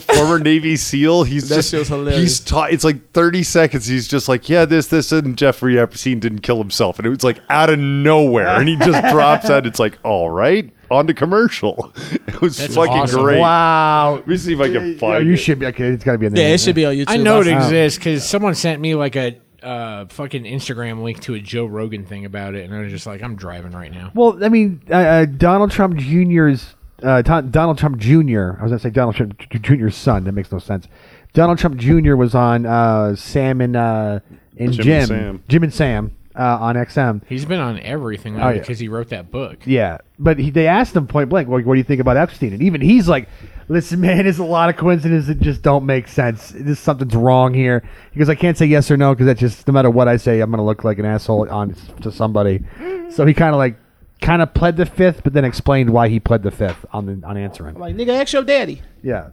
D: former Navy SEAL. He's
C: That
D: just
C: shit was hilarious.
D: he's ta- it's like thirty seconds. He's just like, yeah, this this and Jeffrey Epstein didn't kill himself, and it was like out of nowhere, and he just drops out. It's like, all right, on to commercial. It was fucking
A: awesome.
D: great.
B: wow.
D: Let me see if I can
B: Oh,
D: find.
B: you
D: it.
B: should be. Okay, it's got to be in there.
C: Yeah, it should be on YouTube.
A: I know it
C: I'll-
A: exists because someone sent me like a uh, fucking Instagram link to a Joe Rogan thing about it, and I was just like, I'm driving right now.
B: Well, I mean, uh, uh, Donald Trump Jr.'s uh, Don- Donald Trump Jr. I was gonna say Donald Trump J- J- Jr.'s son. That makes no sense. Donald Trump Jr. was on uh, Sam and uh, and
D: Jim
B: Jim,
D: and Sam.
B: Jim and Sam. uh, on XM.
A: He's been on everything
B: Oh, yeah.
A: because he wrote that book.
B: Yeah, but he, they asked him point blank, like, "What do you think about Epstein?" And even he's like, "Listen, man, there's a lot of coincidences that just don't make sense. This something's wrong here." He goes, "I can't say yes or no because that just no matter what I say, I'm gonna look like an asshole on to somebody." So he kind of like kind of pled the fifth, but then explained why he pled the fifth on the on answering.
E: Like nigga, ask your daddy.
B: Yeah,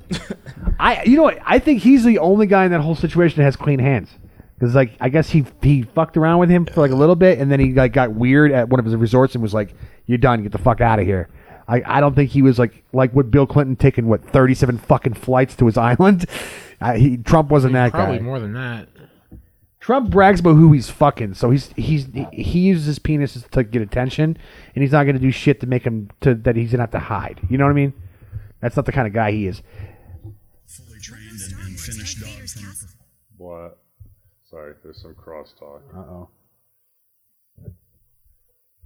B: I you know what? I think he's the only guy in that whole situation that has clean hands. Because like I guess he he fucked around with him for like a little bit, and then he like got weird at one of his resorts and was like, "You're done. Get the fuck out of here." I, I don't think he was like like with Bill Clinton taking what thirty seven fucking flights to his island. I, he Trump wasn't that
A: Probably
B: guy.
A: more than that.
B: Trump brags about who he's fucking, so he's he's he uses his penis to get attention, and he's not going to do shit to make him to that he's gonna have to hide. You know what I mean? That's not the kind of guy he is.
F: fully trained and, and finished dog from
D: What? Sorry, there's some crosstalk.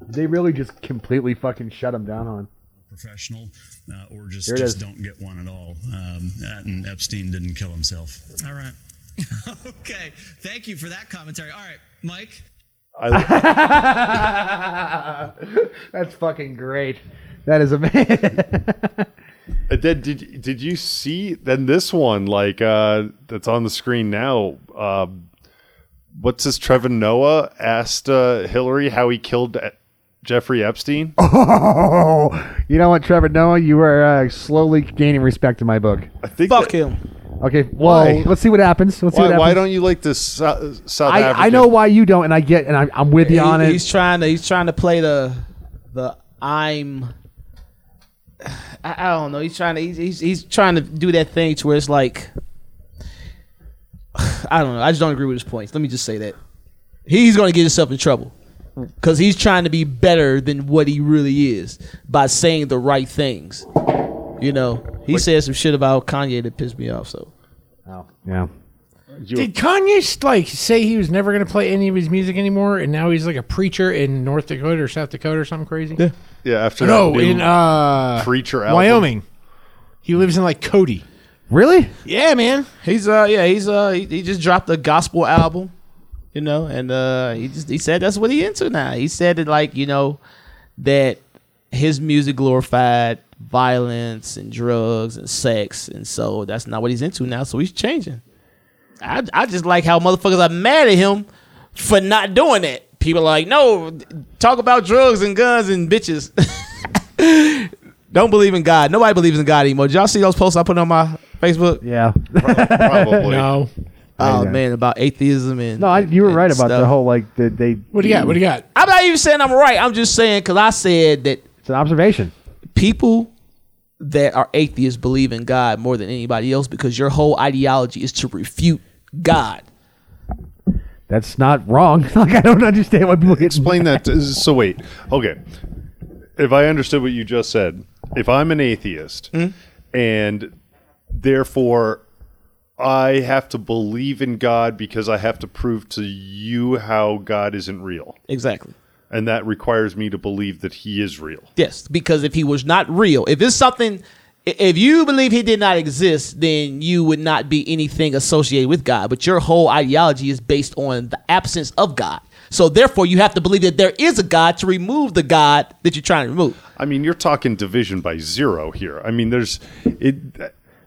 B: They really just completely fucking shut him down on.
F: professional, uh, or just,
B: Here it
F: just
B: is.
F: don't get one at all. Um, that and Epstein didn't kill himself. All right.
G: okay. Thank you for that commentary. All right, Mike.
B: That's fucking great. That is amazing.
D: Uh, Did, did did you see then this one like uh, that's on the screen now? Uh, what's this? Trevor Noah asked uh, Hillary how he killed uh, Jeffrey Epstein.
B: oh, you know what, Trevor Noah, you are uh, slowly gaining respect in my book.
D: I think.
C: Fuck
D: that-
C: him.
B: Okay, well,
D: Why?
B: let's see what happens. Let's see what
D: Why,
B: happens.
D: why don't you like this Sou- uh, South African?
B: I, I know why you don't, and I get, and I'm, I'm with you on
C: He-
B: it.
C: He's trying to he's trying to play the the I'm. I, I don't know. He's trying to he's, he's he's trying to do that thing to where it's like. I don't know. I just don't agree with his points. Let me just say that he's going to get himself in trouble because he's trying to be better than what he really is by saying the right things. You know, he said some shit about Kanye that pissed me off. So
B: yeah.
A: Did Kanye like say he was never gonna play any of his music anymore, and now he's like a preacher in North Dakota or South Dakota or something crazy?
D: Yeah, after
A: No,
D: that new
A: in uh,
D: Preacher album.
A: Wyoming. He lives in like Cody.
B: Really?
A: Yeah, man.
C: he's uh yeah he's uh he, he just dropped a gospel album, you know, and uh he just he said that's what he into now. He said it like you know that his music glorified violence and drugs and sex, and so that's not what he's into now. So he's changing. I I just like how motherfuckers are mad at him for not doing that. People are like no talk about drugs and guns and bitches. Don't believe in God. Nobody believes in God anymore. Did y'all see those posts I put on my Facebook?
B: Yeah.
D: probably.
A: No.
C: Oh
B: Yeah.
C: man, about atheism and
B: No, I, you were
C: and
B: right about the
C: stuff.
B: whole like the, they.
A: What do you got? What do you got?
C: I'm not even saying I'm right. I'm just saying because I said that
B: It's an observation.
C: people that are atheists believe in God more than anybody else because your whole ideology is to refute God.
B: That's not wrong. like I don't understand why people get.
D: Explain that. to- so wait. Okay. If I understood what you just said, if I'm an atheist and therefore I have to believe in God because I have to prove to you how God isn't real.
C: Exactly.
D: And that requires me to believe that he is real.
C: Yes, because if he was not real, if it's something, i- if you believe he did not exist, then you would not be anything associated with God. But your whole ideology is based on the absence of God. So therefore, you have to believe that there is a God to remove the God that you're trying to remove.
D: I mean, you're talking division by zero here. I mean, there's it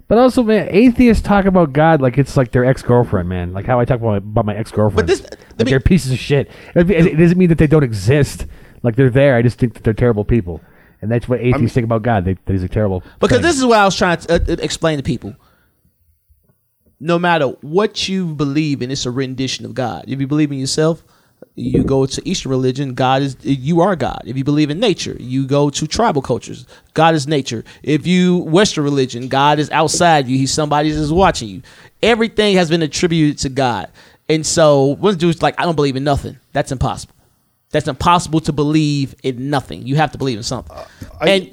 B: But also, man, atheists talk about God like it's like their ex girlfriend, man. Like how I talk about my, about my ex girlfriend.
C: But this-
B: like
C: let me-
B: they're pieces of shit. It it doesn't mean that they don't exist. Like they're there. I just think that they're terrible people, and that's what atheists think about God. They, that he's a terrible.
C: Because
B: thing.
C: this is what I was trying to uh, uh, explain to people. No matter what you believe in, it's a rendition of God. If you believe in yourself, you go to Eastern religion. God is you are God. If you believe in nature, you go to tribal cultures. God is nature. If you Western religion, God is outside you. He's somebody that's watching you. Everything has been attributed to God. And so, one dude's like, I don't believe in nothing. That's impossible. That's impossible to believe in nothing. You have to believe in something. and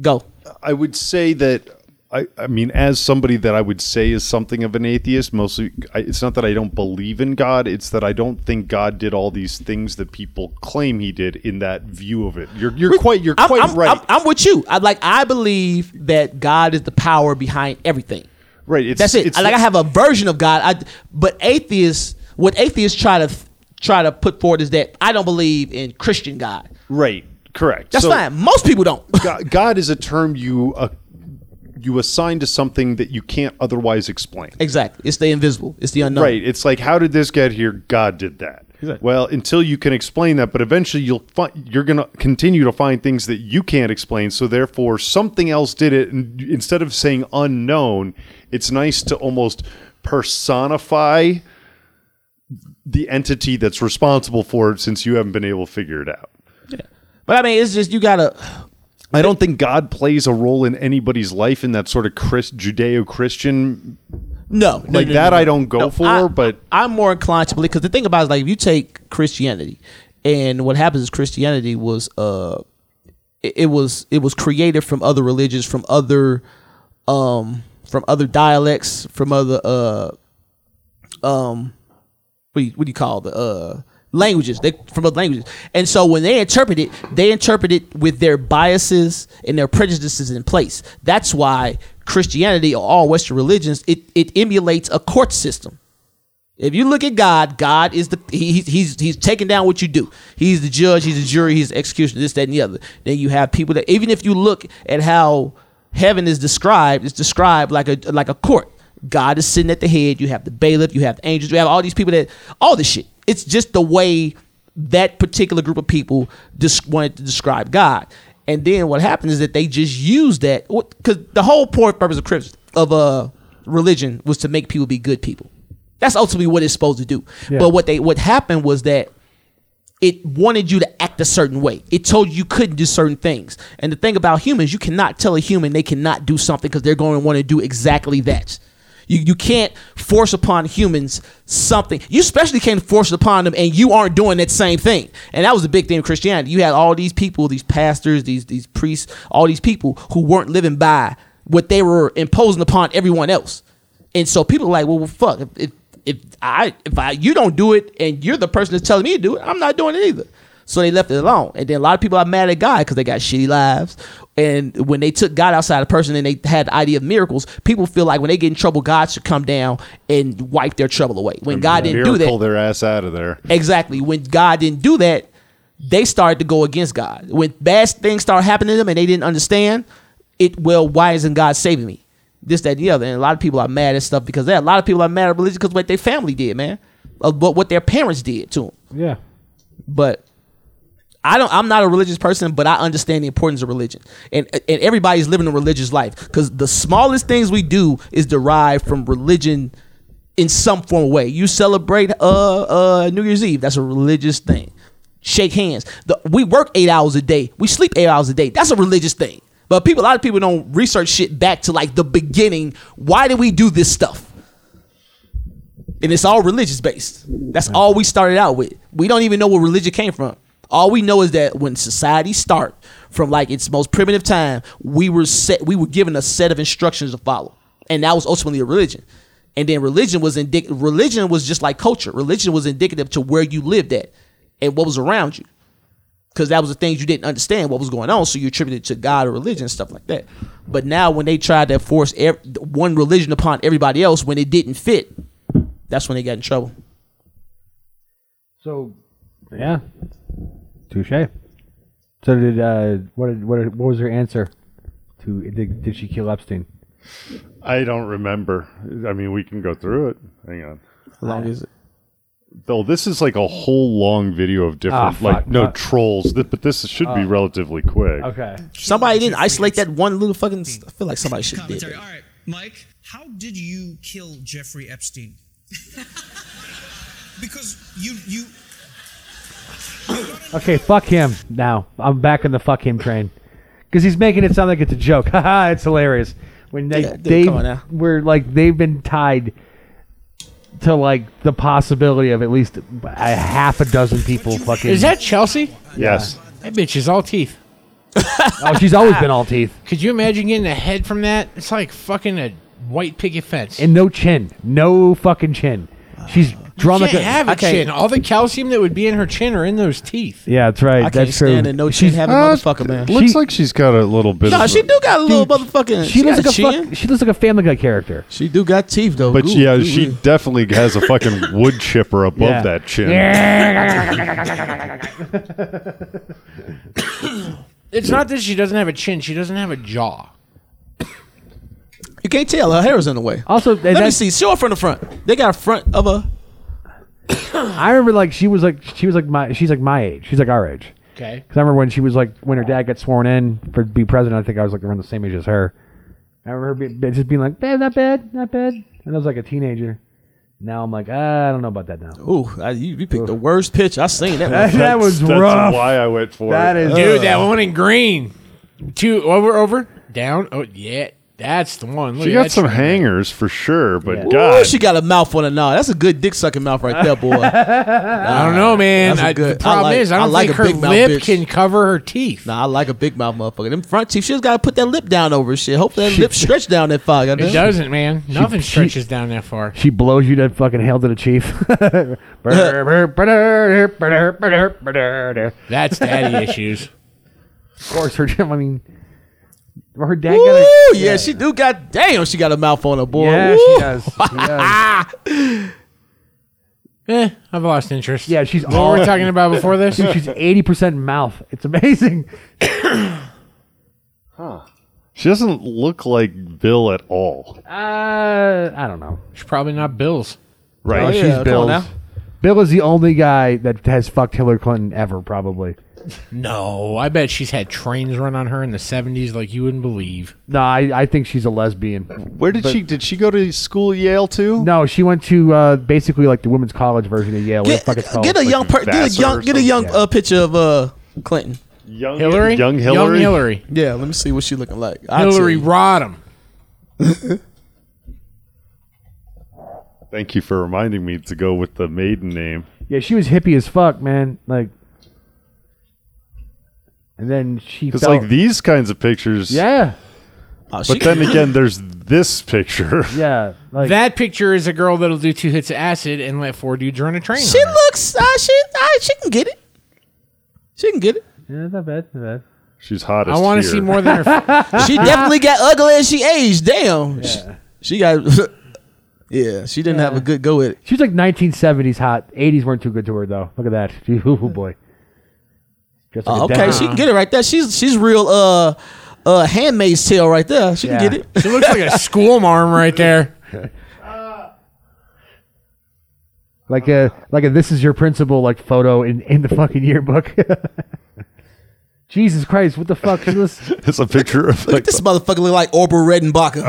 C: go.
D: I would say that I, I mean, as somebody that I would say is something of an atheist, mostly I, it's not that I don't believe in God; it's that I don't think God did all these things that people claim He did. In that view of it, you're you're quite you're
C: I'm,
D: quite
C: I'm-
D: right,
C: I'm, I'm with you. I like. I believe that God is the power behind everything.
D: right? It's,
C: That's it.
D: It's
C: I, like I have a version of God. I but atheists, what atheists try to th- try to put forward is that I don't believe in Christian God.
D: Right. Correct.
C: That's
D: So-
C: fine. Most people don't.
D: God, God is a term you uh, you assign to something that you can't otherwise explain.
C: exactly. It's the invisible. It's the unknown.
D: Right. It's like, how did this get here? God did that. Well, until you can explain that, but eventually you'll find you're going to continue to find things that you can't explain. So therefore, something else did it. And instead of saying unknown, it's nice to almost personify the entity that's responsible for it, since you haven't been able to figure it out.
C: But I mean, it's just you gotta.
D: I don't think God plays a role in anybody's life in that sort of Chris, Judeo-Christian
C: No, no,
D: like
C: no,
D: that.
C: no,
D: I
C: no.
D: don't go
C: No,
D: for,
C: I-
D: but
C: I'm more inclined to believe because the thing about it is like if you take Christianity, and what happens is Christianity was uh, it, it was it was created from other religions, from other um, from other dialects, from other uh, um, what do you, what do you call the uh languages they from other languages and so when they interpret it they interpret it with their biases and their prejudices in place that's why christianity or all western religions it, it emulates a court system if you look at God, God is the he, he's- he's he's taking down what you do. He's the judge, he's the jury, he's the executioner, this, that, and the other. Then you have people that even if you look at how heaven is described, it's described like a like a court. God is sitting at the head. You have the bailiff, you have the angels, you have all these people that all this shit. It's just the way that particular group of people just wanted to describe God. And then what happens is that they just use that because the whole point purpose of Christ, of uh, religion was to make people be good people. That's ultimately what it's supposed to do. But what they what happened was that it wanted you to act a certain way. It told you you couldn't do certain things. And the thing about humans, you cannot tell a human they cannot do something because they're going to want to do exactly that. You, you can't force upon humans something. You especially can't force it upon them, and you aren't doing that same thing. And that was the big thing in Christianity. You had all these people, these pastors, these these priests, all these people who weren't living by what they were imposing upon everyone else. And so people are like, well, well fuck, if, if if I if I you don't do it and you're the person that's telling me to do it, I'm not doing it either. So they left it alone. And then a lot of people are mad at God because they got shitty lives. And when they took God outside of person and they had the idea of miracles, people feel like when they get in trouble, God should come down and wipe their trouble away. When God didn't do
D: miracle
C: that,
D: their ass out of there.
C: Exactly. When God didn't do that, they started to go against God. When bad things started happening to them and they didn't understand, it well, why isn't God saving me? This, that, and the other. And a lot of people are mad at stuff because of that. A lot of people are mad at religion because what their family did, man. Of what what their parents did to them.
B: Yeah.
C: But I don't. I'm not a religious person, but I understand the importance of religion, and and everybody's living a religious life because the smallest things we do is derived from religion in some form of way. You celebrate uh uh New Year's Eve. That's a religious thing. Shake hands. The, we work eight hours a day. We sleep eight hours a day. That's a religious thing. But people, a lot of people don't research shit back to like the beginning. Why did we do this stuff? and it's all religious based. That's all we started out with. We don't even know where religion came from. All we know is that when society start from like its most primitive time, we were set. We were given a set of instructions to follow, and that was ultimately a religion. And then religion was indic- Religion was just like culture. Religion was indicative to where you lived at and what was around you, because that was the things you didn't understand what was going on. So you attributed to God or religion and stuff like that. But now when they tried to force ev- one religion upon everybody else when it didn't fit, that's when they got in trouble.
B: So, yeah, touche. So did uh, what? Did, what? Did, what was her answer? To did, did she kill Epstein?
D: I don't remember. I mean, we can go through it. Hang on.
C: How long is it?
D: Though this is like a whole long video of
B: Ah,
D: different,
B: fuck.
D: like no
B: Uh,
D: trolls. Th- but this should be relatively quick.
B: Okay.
C: Somebody didn't isolate that one little fucking. I feel like somebody should did.
H: Commentary. All right, Mike,
I: How did you kill Jeffrey Epstein? because you you
B: Okay. Fuck him now. I'm back in the fuck him train because he's making it sound like it's a joke. Haha, it's hilarious. When they
C: Yeah, dude,
B: they
C: come on now.
B: were like they've been tied to like the possibility of at least a half a dozen people fucking.
A: Is that Chelsea?
D: Yes.
A: That bitch is all teeth.
B: oh, she's always been all teeth
A: Could you imagine getting a head from that? It's like fucking a white picket fence.
C: Uh,
B: and no chin, no fucking chin. She's Draw
A: can't
B: like a-
A: have a
B: I can't-
A: chin. All the calcium that would be in her chin are in those teeth.
B: Yeah, that's right.
C: I can't
B: that's true.
C: stand it. No chin having motherfucker, man.
D: Uh, Looks
B: She-
D: like she's got a little bit.
C: No,
D: of
C: she
D: a-
C: do got a little motherfucking.
B: she, looks
C: got
B: like a
C: chin.
B: fuck, she looks like a Family Guy character.
C: She do got teeth though.
D: But
C: Ooh,
D: yeah,
C: ooh,
D: she
C: ooh.
D: definitely has a fucking wood chipper above
B: Yeah.
D: that chin.
A: It's not that she doesn't have a chin; she doesn't have a jaw.
C: You can't tell her hair is in the way.
B: Also, and
C: Let me
B: that's-
C: see. Show her from the front. They got a front of a.
B: I remember like she was like she was like my she's like my age. She's like our age.
A: Okay.
B: Because I remember when she was like when her dad got sworn in for to be president. I think I was like around the same age as her. I remember be, just being like, "Babe, not bad, not bad," and I was like a teenager. Now I'm like, ah, I don't know about that now.
C: Ooh, I, you, you picked the worst pitch I seen. That
B: That, was
D: that's
B: rough.
D: why I went for
B: That
D: it.
B: is
A: Dude, that one in green. Two over, over, down. Oh yeah, that's the one. Look
D: She
A: at
D: got
A: that
D: some
A: shit.
D: hangers for sure, but
C: Ooh,
D: God,
C: she got a mouth on a nod. That's a good dick sucking mouth right there, boy. nah,
A: I don't know, man.
C: That's a
A: I,
C: good-
A: the problem
C: I like-
A: is, I
C: I
A: don't
C: like
A: think
C: a
A: her
C: big mouth
A: lip
C: bitch.
A: can cover her teeth.
C: I like a big mouth motherfucker. Them front teeth. She just gotta put that lip down over shit. Hope that lip stretch down that fog.
A: It doesn't, man. Nothing
B: she-
A: stretches down that far.
B: She blows you to fucking hell to the chief. of
A: That's daddy issues.
B: course, her. I mean, her dad
C: Ooh,
B: got a.
C: yeah, she do. God damn, she got a mouth on her boy.
B: Yeah,
C: Ooh.
B: she does. She does.
A: Eh, I've lost interest.
B: Yeah, she's
A: What were
B: all-
A: we talking about before this?
B: Dude, she's eighty percent mouth. It's amazing.
D: she doesn't look like Bill at all.
B: Uh, I don't know.
A: It's probably not Bill's.
D: Right?
C: Oh, yeah, come on
D: Bill's.
C: now.
B: Bill is the only guy that has fucked Hillary Clinton ever, probably.
A: No, I bet she's had trains run on her in the seventies like you wouldn't believe.
B: No, I, I think she's a lesbian.
D: Where did she? Did she go to school Yale too?
B: No, she went to uh, basically like the women's college version of Yale.
C: Get,
B: What the fuck it's called.
C: get a young per- get a
D: Vassar
C: young
D: or
C: get a young
B: something.
C: uh, picture of uh Clinton.
D: Young
A: Hillary,
D: Young
A: young
D: Hillary.
A: Hillary,
C: Yeah, let me see what she looking like. I'll tell
A: Hillary
C: you.
A: Rodham.
D: Thank you for reminding me to go with the maiden name.
B: yeah, she was hippie as fuck, man. Like, and then she
D: It's
B: fell-
D: like these kinds of pictures.
B: yeah,
C: Oh, she,
D: But then again, there's this picture.
B: yeah, like
A: That picture is a girl that'll do two hits of acid and let four dudes run a train.
C: she
A: on her.
C: looks. Uh, she uh, she can get it. She can get it.
B: Yeah, not bad, not bad.
D: She's hottest.
A: I want to
D: here.
A: see more than her.
C: She definitely got ugly as she aged. Damn. She, she got. yeah, she didn't have a good go at it.
B: She was like 1970s hot. 80s weren't too good to her though. Look at that. She, ooh, boy. Just like
C: Oh,
B: a
C: okay,
B: dad.
C: she can get it right there. She's she's real. Uh, uh, Handmaid's Tale right there. She
B: Yeah.
C: can get it.
A: She looks like a school marm right there.
B: like a like a this is your principal like photo in in the fucking yearbook. Jesus Christ, what the fuck is this?
D: It's a picture of
C: Look at
D: like
C: this motherfucker look like Orber Redenbacher.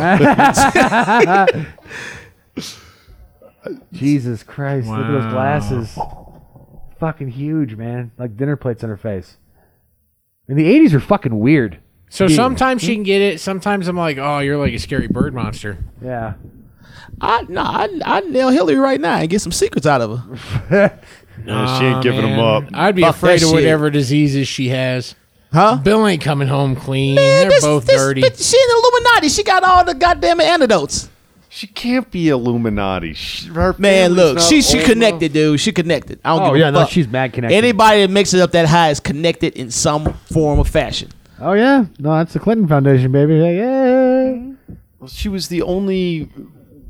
B: Jesus Christ, look at those glasses. Fucking huge, man. Like dinner plates on her face. And the 80s are fucking weird.
A: So sometimes she can get it. Sometimes I'm like, oh, you're like a scary bird monster.
B: Yeah.
C: I nah, I I nail Hillary right now and get some secrets out of her.
D: Yeah, she ain't giving
A: Man,
D: them up.
A: I'd be
C: Fuck
A: afraid
C: that
A: of
C: shit.
A: whatever diseases she has.
C: Huh?
A: Bill ain't coming home clean. They're
C: this-
A: both
C: this
A: dirty.
C: bitch, she an Illuminati. She got all the goddamn antidotes.
D: She can't be Illuminati. She, her
C: Man,
D: family's
C: look,
D: not
C: she she
D: old
C: connected, dude. She connected. I don't
B: Oh
C: give
B: yeah,
C: a
B: no,
C: fuck.
B: she's mad connected.
C: Anybody that makes it up that high is connected in some form or fashion.
B: Oh yeah. No, that's the Clinton Foundation, baby. Yeah, yeah.
D: enough. She was the only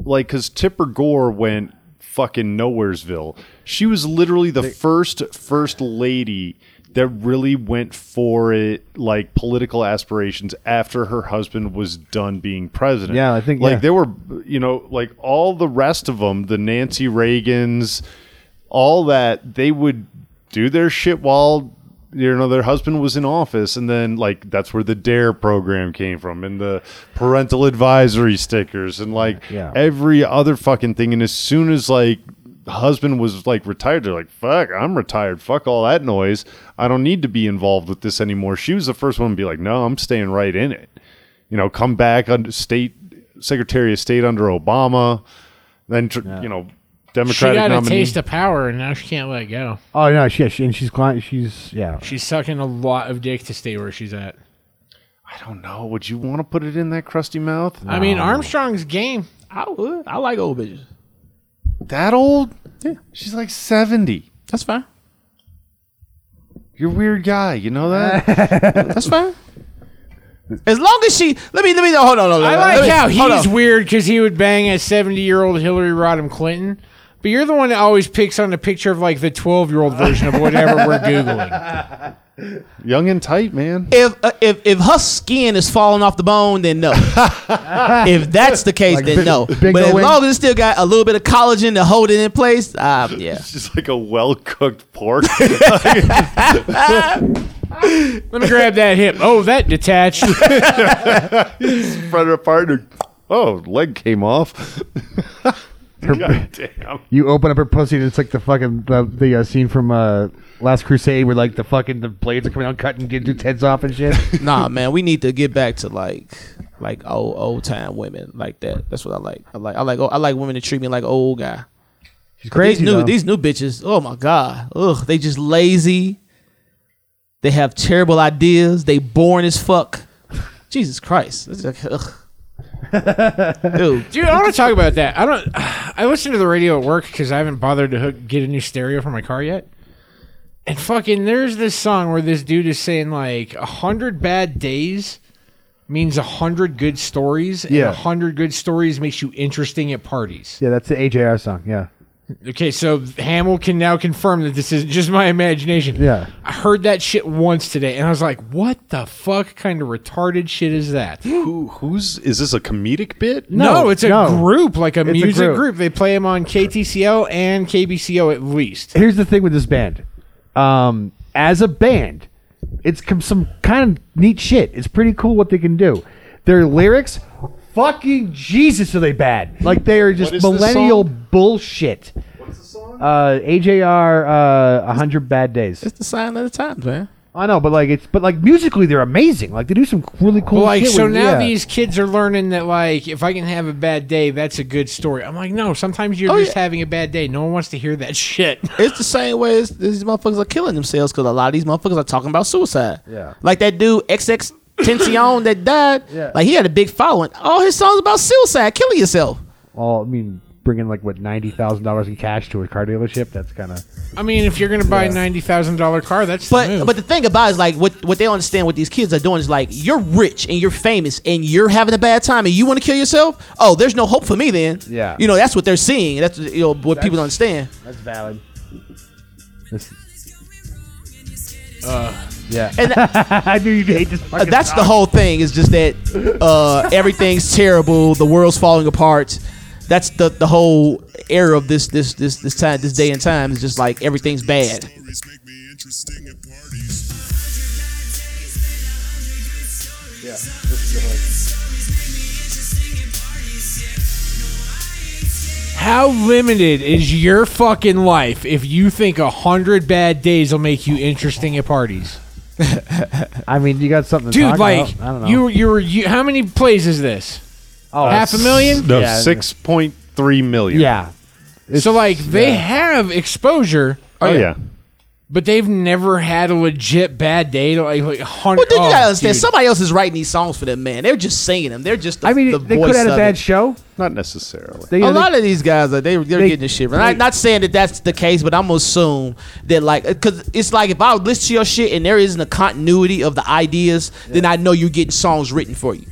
D: like because Tipper Gore went fucking nowheresville. She was literally the first first lady that really went for it like political aspirations after her husband was done being president.
B: Yeah, I think-
D: like
B: yeah.
D: there were you know like all the rest of them, the Nancy Reagans, all that they would do their shit while you know their husband was in office and then like that's where the dare program came from and the parental advisory stickers and like
B: Yeah.
D: every other fucking thing and as soon as like husband was like retired they're like fuck i'm retired fuck all that noise i don't need to be involved with this anymore she was the first one to be like no i'm staying right in it you know come back under state secretary of state under obama then tr- you know
A: She
D: democratic
A: got a
D: nominee
A: taste of power, and now she can't let go.
B: Oh no, she, yeah, she and she's client she's yeah.
A: She's sucking a lot of dick to stay where she's at.
D: i don't know would you want to put it in that crusty mouth
A: I mean, Armstrong's game.
C: I would. I like old bitches.
D: That old? Yeah. She's like 70.
J: That's fine.
D: You're a weird guy. You know that?
J: That's fine.
C: As long as she, let me, let me know. Hold on, hold on. hold
A: I
C: on,
A: like
C: let me-
A: how
C: hold on.
A: he's weird because he would bang a 70 year old Hillary Rodham Clinton. But you're the one that always picks on a picture of like the 12 year old version of whatever we're Googling.
D: Young and tight, man.
C: If uh, if if her skin is falling off the bone, then no. if that's the case, then no.
B: Big
C: but as
B: O wing?
C: long as it's still got a little bit of collagen to hold it in place, um, yeah.
D: It's just like a well cooked pork.
A: Let me grab that hip. Oh, that detached.
D: spread it apart. And, oh, leg came off. God damn.
B: You open up her pussy and it's like the fucking the, the uh, scene from uh, Last Crusade where like the fucking the blades are coming out, cutting getting dudes' heads off and shit.
C: Nah, man, we need to get back to like like old old time women like that. That's what I like. I like I like oh, I like women that treat me like old guy.
B: She's crazy.
C: These new
B: though.
C: these new bitches. Oh my god. Ugh, they just lazy. They have terrible ideas. They born as fuck. Jesus Christ. It's like, ugh. Dude,
A: Dude, I want to talk about that. I don't. I listen to the radio at work because I haven't bothered to hook, get a new stereo for my car yet. And fucking, there's this song where this dude is saying like a hundred bad days means a hundred good stories, and
B: Yeah.
A: a hundred good stories makes you interesting at parties.
B: yeah, that's the AJR song. Yeah,
A: Okay, so Hamill can now confirm that this isn't just my imagination.
B: Yeah.
A: I heard that shit once today, and I was like, "What the fuck kind of retarded shit is that?"
D: Who, who's, is this a comedic bit?
A: No, it's a
B: no.
A: group, like a
B: a
A: music
B: group.
A: group. They play them on KTCO and KBCO at least.
B: here's the thing with this band. Um, as a band, it's com- some kind of neat shit. It's pretty cool what they can do. Their lyrics, fucking Jesus, are they bad? Like they are
D: What
B: just
D: is this
B: millennial
D: song?
B: bullshit.
D: What's the song?
B: Uh, AJR, uh, hundred bad days.
J: It's the sign of the times, man.
B: I know, but like it's but like musically they're amazing. Like they do some really cool.
A: like,
B: shit
A: so
B: with-
A: now
B: yeah.
A: these kids are learning that, like, if I can have a bad day, that's a good story. I'm like, no, sometimes you're just having a bad day. No one wants to hear that shit.
C: it's the same way as these motherfuckers are killing themselves because a lot of these motherfuckers are talking about suicide.
B: Yeah.
C: Like that dude XX Tension that died.
B: Yeah.
C: Like he had a big following. All his songs about suicide, killing yourself.
B: all I mean, bringing like what ninety thousand dollars in cash to a car dealership. That's kind of
A: I mean, if you're going to buy a $90,000 car, that's the
C: But
A: move.
C: but the thing about it is like what what they don't understand what these kids are doing is like you're rich and you're famous and you're having a bad time and you want to kill yourself. Oh, there's no hope for me then.
B: Yeah.
C: You know that's what they're seeing. That's you know what people don't understand.
B: that's valid. yeah,
C: And-
B: I knew you'd hate this.
C: Uh,
B: Fucking
C: that's the
B: song.
C: whole thing is just that uh, everything's terrible the world's falling apart that's the, the whole era of this this this this time this day and time is just like everything's bad
F: Stories make me interesting at parties.
A: How limited is your fucking life if you think a hundred bad days will make you interesting at parties?
B: I mean, you got something, to
A: Dude,
B: talk
A: like,
B: about. I don't know.
A: you, you were, you, how many plays is this?
B: oh,
A: half a million?
D: No,
B: Yeah.
D: 6.3 million.
B: Yeah,
A: So, like, they have exposure.
D: Oh, yeah.
A: But they've never had a legit bad day to like, like hundred.
C: but then you gotta
A: oh,
C: understand
A: dude.
C: somebody else is writing these songs for them man they're just singing them they're just the,
B: I mean,
C: the
B: they
C: voice
B: could have had
C: of
B: a bad
C: it.
B: show.
D: Not necessarily.
B: They,
C: a
B: they-
C: lot of these guys are they they're
B: They-
C: getting this shit. Right? I'm not saying that that's the case, but I'm gonna assume that like because it's like if I listen to your shit and there isn't a continuity of the ideas, then I know you're getting songs written for you.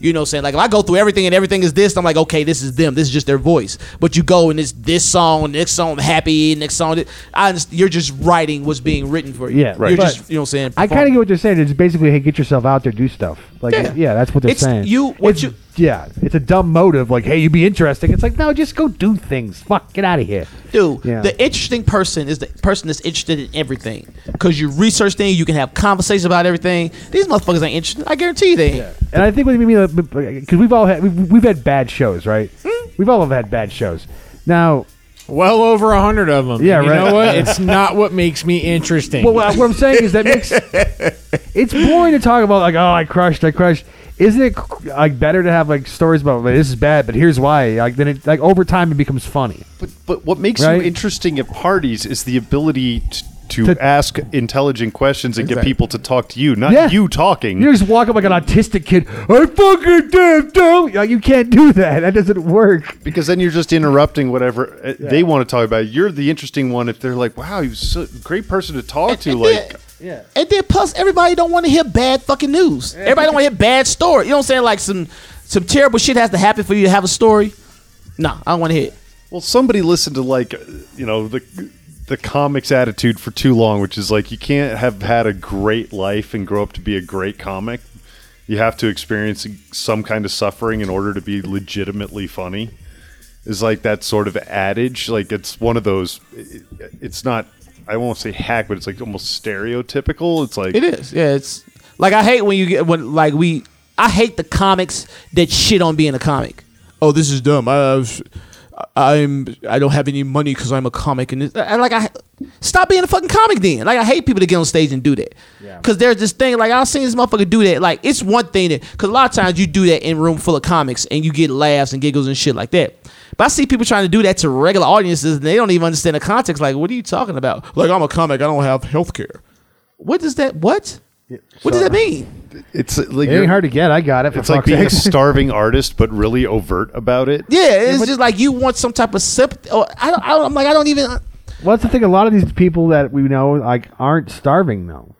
C: You know what I'm saying? Like if I go through everything and everything is this, I'm like, okay, this is them. This is just their voice. But you go and it's this song, next song, happy, next song. th- I just, you're just writing what's being written for you.
B: Yeah, right.
C: You're
B: But
C: just you know what I'm saying.
B: I kind of get what they're saying. It's basically, hey, get yourself out there, do stuff. Like,
C: Yeah.
B: yeah, that's what they're
C: It's
B: saying.
C: you- what
B: It's-
C: you-
B: yeah, it's a dumb motive. Like, hey, you'd be interesting. It's like, no, just go do things. Fuck, get out of here.
C: do.
B: Yeah.
C: The interesting person is the person that's interested in everything. Because you research things, you can have conversations about everything. These motherfuckers ain't interested. I guarantee you they ain't.
B: And I think what we mean uh, because we've all had we've, we've had bad shows, right?
C: Hmm?
B: We've all have had bad shows. Now,
A: well over a hundred of them.
B: Yeah,
A: you
B: right.
A: know what? It's not what makes me interesting.
B: well, what what I'm saying is that makes it's boring to talk about like, oh, I crushed, I crushed. Isn't it like better to have like stories about like, this is bad, but here's why? Like then, it, like over time, it becomes funny.
D: But, but what makes
B: Right?
D: you interesting at parties is the ability to, to,
B: To-
D: ask intelligent questions and get
K: Exactly.
D: people to talk to you, not
B: Yeah.
D: Uh, you talking.
B: You just walk up like an autistic kid. I fucking did, dude. Like, you can't do that. That doesn't work.
D: because then you're just interrupting whatever uh they want to talk about. You're the interesting one if they're like, "Wow, you're so great person to talk to." Like,
C: Yeah. And then plus everybody don't want to hear bad fucking news. Everybody don't want to hear bad story. You know what I'm saying? Like some some terrible shit has to happen for you to have a story. Nah, I don't want to hear it.
D: well, somebody listened to like, uh, you know, the the comics attitude for too long, which is like you can't have had a great life and grow up to be a great comic. You have to experience some kind of suffering in order to be legitimately funny. Is like that sort of adage. Like it's one of those. It, it's not. I won't say hack, but it's like almost stereotypical. It's like
C: It is. Yeah, it's like I hate when you get when like we I hate the comics that shit on being a comic. Oh, this is dumb. I was, I'm I don't have any money because I'm a comic and, it's- and like I stop being a fucking comic then. Like I hate people that get on stage and do that. Cause there's this thing like I've seen this motherfucker do that. Like it's one thing that cause a lot of times you do that in a room full of comics and you get laughs and giggles and shit like that. But I see people trying to do that to regular audiences and they don't even understand the context. Like, what are you talking about? Like I'm a comic. I don't have health care. What does that? What? what does that mean?
D: it's like
B: It ain't
D: you're-
B: hard to get. I got it. For
D: It's like
B: fuck's
D: being a
B: sake.
D: starving artist, but really overt about it.
C: Yeah, it's just like you want some type of sympathy. Or I don't, I don't. I'm like I don't even.
B: Well, that's the thing. A lot of these people that we know like aren't starving though.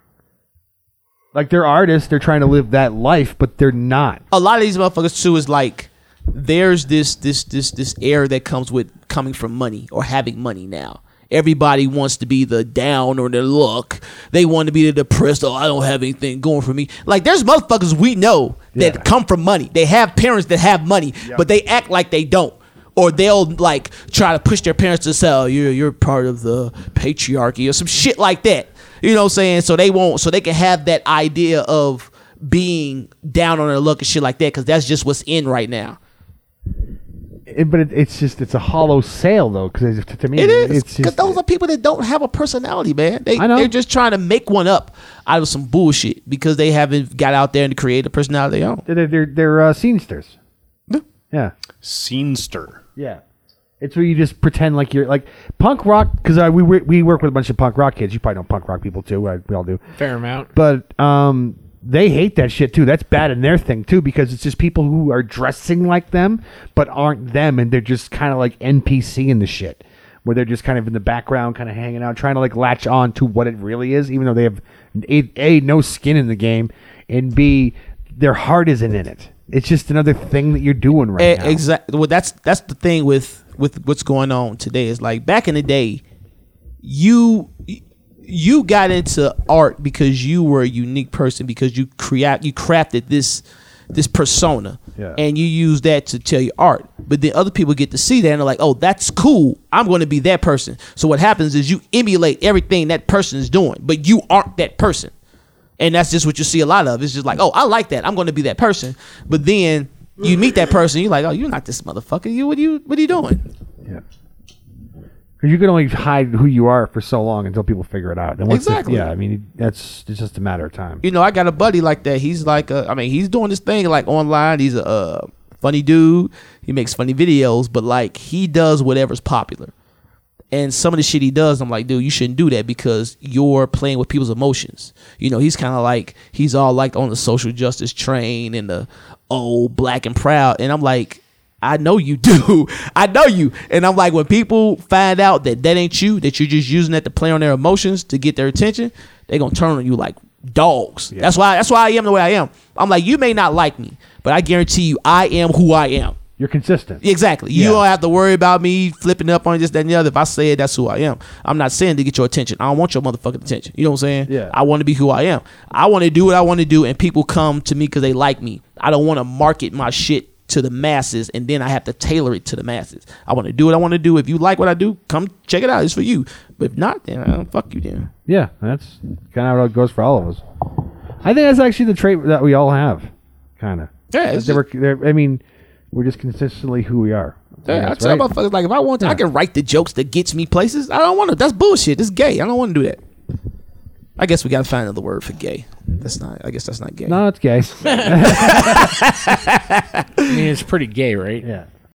B: Like they're artists. They're trying to live that life, but they're not.
C: A lot of these motherfuckers too is like there's this this this this air that comes with coming from money or having money now. Everybody wants to be the down or the luck. They want to be the depressed. Oh, I don't have anything going for me. Like there's motherfuckers we know that
B: Yeah.
C: come from money. They have parents that have money, but they act like they don't. Or they'll like try to push their parents to say, oh, you're you're part of the patriarchy or some shit like that. You know what I'm saying? So they won't so they can have that idea of being down on their luck and shit like that, because that's just what's in right now.
B: It- but it, it's just it's a hollow sale though, because to me
C: It is.
B: It's
C: Because
B: just,
C: those are people that don't have a personality, man. They,
B: I know.
C: They're just trying to make one up out of some bullshit because they haven't got out there and created a personality of their own.
B: they're they're, they're uh, scenesters. Yeah.
D: Scenester.
B: Yeah. It's where you just pretend like you're like punk rock because we wor- we work with a bunch of punk rock kids. You probably know punk rock people too. I, we all do.
A: Fair amount.
B: But um, they hate that shit too. That's bad in their thing too because it's just people who are dressing like them but aren't them, and they're just kind of like NPC in the shit, where they're just kind of in the background, kind of hanging out, trying to like latch on to what it really is, even though they have a, a no skin in the game, and b their heart isn't in it. It's just another thing that you're doing
C: E,
B: right now.
C: Exactly. Eh, Well, that's that's the thing with with what's going on today. Is like back in the day, you you got into art because you were a unique person because you create you crafted this this persona
B: Yeah.
C: and you use that to tell your art but then other people get to see that and they're like oh that's cool i'm going to be that person so what happens is you emulate everything that person is doing but you aren't that person and that's just what you see a lot of it's just like oh i like that i'm going to be that person but then you meet that person you're like oh you're not this motherfucker you what are you what are you doing
B: Yeah. Because you can only hide who you are for so long until people figure it out. And once it-
C: Exactly.
B: yeah, I mean, that's it's just a matter of time.
C: you know, I got a buddy like that. He's like, uh, I mean, he's doing this thing like online. He's a uh, funny dude. He makes funny videos, but like he does whatever's popular. And some of the shit he does, I'm like, dude, you shouldn't do that because you're playing with people's emotions. You know, he's kind of like he's all like on the social justice train and the oh black and proud. And I'm like, I know you do. I know you. And I'm like, when people find out that that ain't you, that you're just using that to play on their emotions to get their attention, they gonna turn on you like dogs. That's why. That's why I am the way I am. I'm like, you may not like me, but I guarantee you, I am who I am.
B: You're consistent.
C: Exactly. You don't have to worry about me flipping up on this, that, and the other. If I say it, that's who I am. I'm not saying to get your attention. I don't want your motherfucking attention. You know what I'm saying?
B: Yeah.
C: I want to be who I am. I want to do what I want to do, and people come to me because they like me. I don't want to market my shit to the masses, and then I have to tailor it to the masses. I want to do what I want to do. If you like what I do, come check it out. It's for you. But if not, then uh, fuck you, then.
B: Yeah, that's kind of how it goes for all of us. I think that's actually the trait that we all have, kind of.
C: Yeah, it's
B: That we're- that- I mean, we're just consistently who we are.
C: Yeah, I
B: That's
C: tell
B: right.
C: motherfuckers like if I want to, I can write the jokes that gets me places. I don't want to. That's bullshit. That's gay. I don't want to do that. I guess we gotta find another word for gay. That's not. I guess that's not gay.
B: No, it's gay.
A: I mean, it's pretty gay, right?
B: yeah.